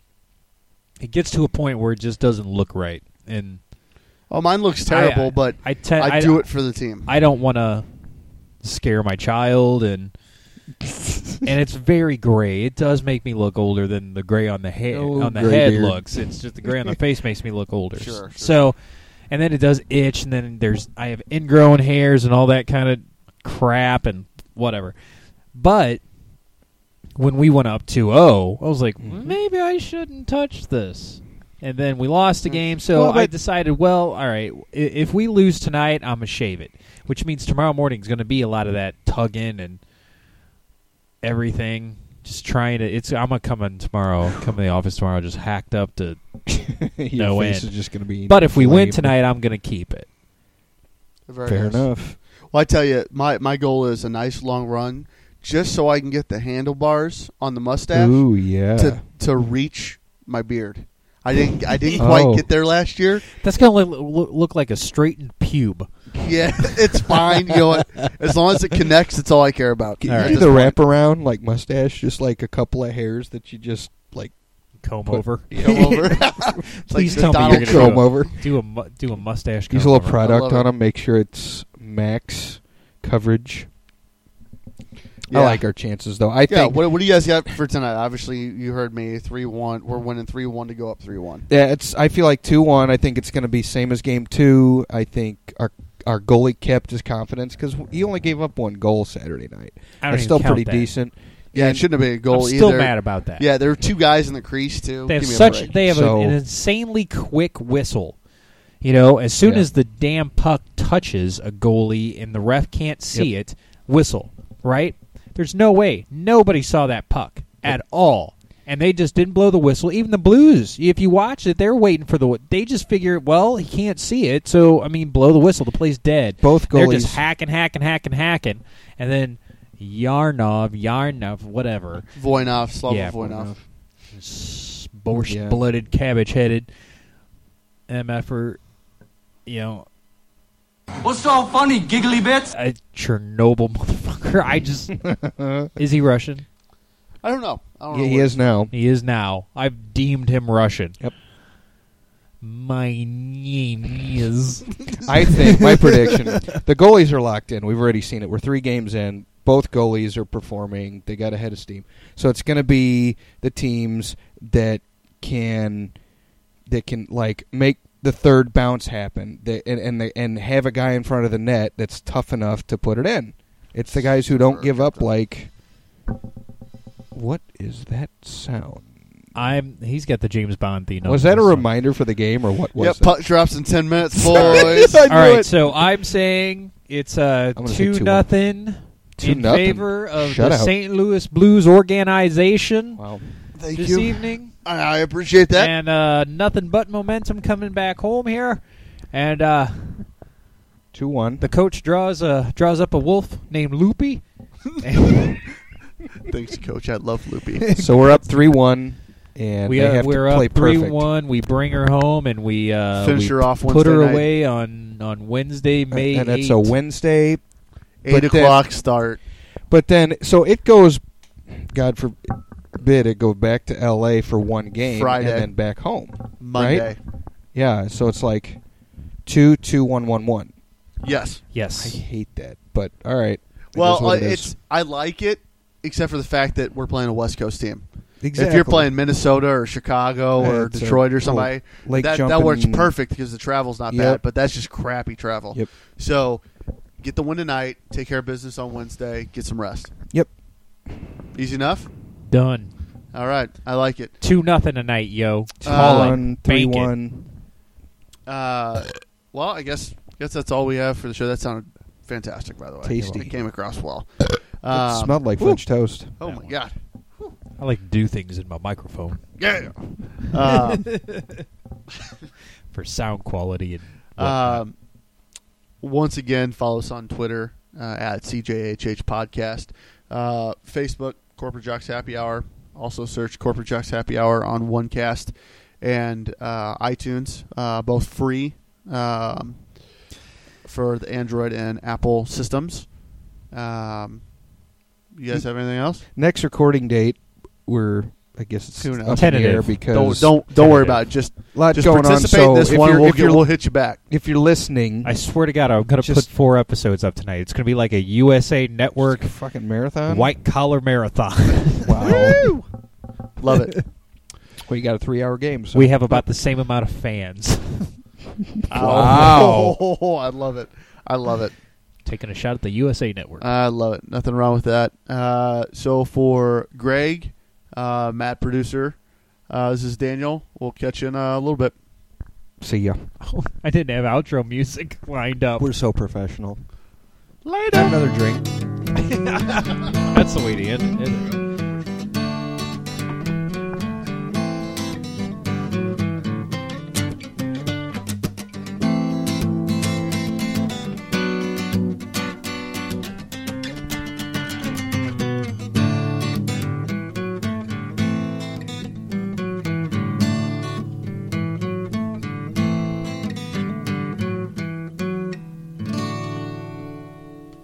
Speaker 4: it gets to a point where it just doesn't look right, and
Speaker 1: oh, mine looks terrible,
Speaker 4: I-
Speaker 1: but
Speaker 4: I te-
Speaker 1: I,
Speaker 4: I-
Speaker 1: do it for the team.
Speaker 4: I don't want to scare my child, and and it's very gray. It does make me look older than the gray on the head
Speaker 3: Oh,
Speaker 4: on the
Speaker 3: gray
Speaker 4: head
Speaker 3: beard.
Speaker 4: looks. It's just the gray on the face makes me look older.
Speaker 1: Sure, sure.
Speaker 4: So, and then it does itch, and then there's I have ingrown hairs and all that kind of crap and whatever. But when we went up 2-0, I was like, maybe I shouldn't touch this. And then we lost the game, so
Speaker 3: Well, but-
Speaker 4: I decided, well, all right, i- if we lose tonight, I'm gonna shave it, which means tomorrow morning is gonna be a lot of that tugging and everything. Just trying to, it's I'm gonna come in tomorrow, come in the office tomorrow, just hacked up to.
Speaker 3: Your
Speaker 4: No
Speaker 3: face
Speaker 4: end.
Speaker 3: is just going to be.
Speaker 4: But if we win
Speaker 3: inflamed.
Speaker 4: tonight, I'm gonna keep it.
Speaker 1: Very
Speaker 3: fair
Speaker 1: nice.
Speaker 3: enough.
Speaker 1: Well, I tell you, my my goal is a nice long run, just so I can get the handlebars on the mustache
Speaker 3: Ooh yeah.
Speaker 1: to to reach my beard. I didn't I didn't quite
Speaker 3: Oh.
Speaker 1: get there last year.
Speaker 4: That's gonna look, look, look like a straightened pube.
Speaker 1: Yeah, it's fine. You know, what? as long as it connects, it's all I care about.
Speaker 3: Can
Speaker 1: At
Speaker 3: you
Speaker 1: this
Speaker 3: do the
Speaker 1: point.
Speaker 3: wraparound like mustache, just like a couple of hairs that you just like
Speaker 4: Comb
Speaker 3: Put-
Speaker 4: over.
Speaker 1: Come over. It's
Speaker 4: Please
Speaker 1: the
Speaker 4: tell me
Speaker 1: Donald
Speaker 4: you're gonna
Speaker 1: Trump.
Speaker 3: comb over?
Speaker 4: Do a mu- do a mustache.
Speaker 3: Use a
Speaker 4: comb
Speaker 3: little
Speaker 4: over.
Speaker 3: product
Speaker 1: it.
Speaker 3: on them. Make sure it's max coverage. I
Speaker 1: Yeah.
Speaker 3: like our chances though. I
Speaker 1: Yeah,
Speaker 3: think
Speaker 1: what, what do you guys got for tonight? Obviously, you heard me three one. We're winning three one to go up three one.
Speaker 3: Yeah, it's. I feel like two one. I think it's going to be same as game two. I think our our goalie kept his confidence because he only gave up one goal Saturday night.
Speaker 4: I don't
Speaker 3: That's
Speaker 4: even
Speaker 3: still
Speaker 4: count
Speaker 3: pretty
Speaker 4: that.
Speaker 3: decent.
Speaker 1: Yeah, it
Speaker 3: And-
Speaker 1: shouldn't have been a
Speaker 4: I'm
Speaker 1: goal
Speaker 4: still
Speaker 1: either.
Speaker 4: mad about that.
Speaker 1: Yeah, there were two guys in the crease too.
Speaker 4: They have
Speaker 1: Give me a
Speaker 4: such
Speaker 1: break.
Speaker 4: they have a-
Speaker 3: So-
Speaker 4: an insanely quick whistle. You know, as soon
Speaker 3: Yeah.
Speaker 4: as the damn puck touches a goalie and the ref can't see it, whistle, right? There's no way. Nobody saw that puck at all. And they just didn't blow the whistle. Even the Blues, if you watch it, they're waiting for the. They just figure, well, he can't see it, so I mean, blow the whistle. The play's dead.
Speaker 3: Both
Speaker 4: They're just
Speaker 3: goalies-
Speaker 4: hacking, hacking, hacking, hacking, and then Yarnov, Yarnov, whatever,
Speaker 1: Voinov, Slava
Speaker 4: Yeah,
Speaker 1: Voinov.
Speaker 4: borscht
Speaker 3: Yeah.
Speaker 4: blooded cabbage headed MFer, er. you know,
Speaker 6: What's so funny, giggly bits?
Speaker 4: a Chernobyl motherfucker. I just is he Russian?
Speaker 1: I don't know. I don't
Speaker 3: Yeah,
Speaker 1: know.
Speaker 3: he
Speaker 1: what-
Speaker 3: is now.
Speaker 4: He is now. I've deemed him Russian.
Speaker 3: Yep.
Speaker 4: My name is
Speaker 3: I think my prediction. The goalies are locked in. We've already seen it. We're three games in. Both goalies are performing. They got ahead of steam. So it's going to be the teams that can that can like make the third bounce happen that, and and, the, and have a guy in front of the net that's tough enough to put it in. It's the guys who don't give up. Like, what is that sound?
Speaker 4: I'm he's got the James Bond theme. on
Speaker 3: Was that a
Speaker 4: this one.
Speaker 3: reminder for the game or what was
Speaker 1: Yep,
Speaker 3: that?
Speaker 1: puck drops in ten minutes, boys.
Speaker 3: I
Speaker 4: All
Speaker 3: knew
Speaker 4: right,
Speaker 3: it.
Speaker 4: so I'm saying it's a
Speaker 3: I'm gonna say
Speaker 4: two,
Speaker 3: two-one.
Speaker 4: nothing
Speaker 3: Two
Speaker 4: in
Speaker 3: nothing.
Speaker 4: favor of the
Speaker 3: Shutout.
Speaker 4: St. Louis Blues organization
Speaker 3: Wow.
Speaker 1: Thank
Speaker 4: this
Speaker 1: you.
Speaker 4: evening.
Speaker 1: I, I appreciate that.
Speaker 4: and uh, nothing but momentum coming back home here. And uh,
Speaker 3: Two one.
Speaker 4: the coach draws a draws up a wolf named Loopy. And
Speaker 1: Thanks, Coach. I love Loopy.
Speaker 3: so we're up three one, and
Speaker 4: we
Speaker 3: they
Speaker 4: uh,
Speaker 3: have
Speaker 4: we're
Speaker 3: to play
Speaker 4: up three
Speaker 3: perfect.
Speaker 4: one. We bring her home and we uh,
Speaker 1: Finish
Speaker 4: we
Speaker 1: her off
Speaker 4: Put
Speaker 1: Wednesday
Speaker 4: her
Speaker 1: night.
Speaker 4: away on on Wednesday, May.
Speaker 3: and it's a
Speaker 4: 8th.
Speaker 3: Wednesday.
Speaker 1: Eight
Speaker 3: But then-
Speaker 1: o'clock start.
Speaker 3: But then, so it goes. God forbid it go back to L.A. for one game,
Speaker 1: Friday.
Speaker 3: and then back home.
Speaker 1: Monday.
Speaker 3: Yeah, so it's like two, two, one, one, one.
Speaker 1: Yes.
Speaker 3: I
Speaker 4: Yes,
Speaker 3: hate that, but all right. It is
Speaker 1: Well,
Speaker 3: what
Speaker 1: uh,
Speaker 3: it is.
Speaker 1: it's I like it, except for the fact that we're playing a West Coast team. If
Speaker 3: Exactly.
Speaker 1: you're playing Minnesota or Chicago or
Speaker 3: It's a
Speaker 1: Detroit or
Speaker 3: little
Speaker 1: somebody,
Speaker 3: lake
Speaker 1: that, that
Speaker 3: jumping-
Speaker 1: works perfect because the travel's not
Speaker 3: Yep.
Speaker 1: bad, but that's just crappy travel.
Speaker 3: Yep.
Speaker 1: So get the win tonight, take care of business on Wednesday, get some rest.
Speaker 3: Yep.
Speaker 1: Easy enough?
Speaker 4: done.
Speaker 1: All right. I like it.
Speaker 4: Two nothing tonight, yo.
Speaker 1: Uh,
Speaker 4: Call it.
Speaker 3: One, three,
Speaker 4: Bank it.
Speaker 3: one.
Speaker 1: Uh, well, I guess guess that's all we have for the show. That sounded fantastic, by the way.
Speaker 3: Tasty.
Speaker 1: It came across well.
Speaker 3: It
Speaker 1: Um,
Speaker 3: smelled like French toast.
Speaker 1: Oh, my God.
Speaker 4: I like to do things in my microphone
Speaker 1: Yeah. Um,
Speaker 4: for sound quality and. whatnot.
Speaker 1: Um, once again, follow us on Twitter uh, at CJHH Podcast, uh, Facebook Corporate Jocks Happy Hour. Also search Corporate Jocks Happy Hour on OneCast and uh, iTunes, uh, both free um, for the Android and Apple systems. Um, you
Speaker 3: Mm.
Speaker 1: guys have anything else?
Speaker 3: Next recording date, we're I guess it's
Speaker 1: Who knows?
Speaker 3: up in the air
Speaker 4: Tentative.
Speaker 1: Don't
Speaker 3: because
Speaker 1: don't don't worry about it. Just
Speaker 3: lot
Speaker 1: just
Speaker 3: going on.
Speaker 1: participate
Speaker 3: So
Speaker 1: in this
Speaker 3: if
Speaker 1: one.
Speaker 3: you're-
Speaker 1: We'll,
Speaker 3: if
Speaker 1: get,
Speaker 3: you're-
Speaker 1: we'll hit you back.
Speaker 3: if you're listening,
Speaker 4: I swear to God, I'm gonna
Speaker 3: Just-
Speaker 4: put four episodes up tonight. It's gonna be like a USA Network
Speaker 3: work a fucking marathon.
Speaker 4: white collar marathon.
Speaker 3: Wow.
Speaker 1: Love it.
Speaker 3: well, you got a three-hour game. So
Speaker 4: we have about the same amount of fans.
Speaker 3: Wow.
Speaker 1: Ow. Oh, I love it. I love it.
Speaker 4: Taking a shot at the USA Network.
Speaker 1: I love it. Nothing wrong with that. Uh, so for Greg, uh, Matt, producer, uh, this is Daniel. We'll catch you in a little bit.
Speaker 3: see ya.
Speaker 4: I didn't have outro music lined up.
Speaker 3: We're so professional.
Speaker 1: Later.
Speaker 3: Have another drink.
Speaker 4: That's the way to end it. isn't it?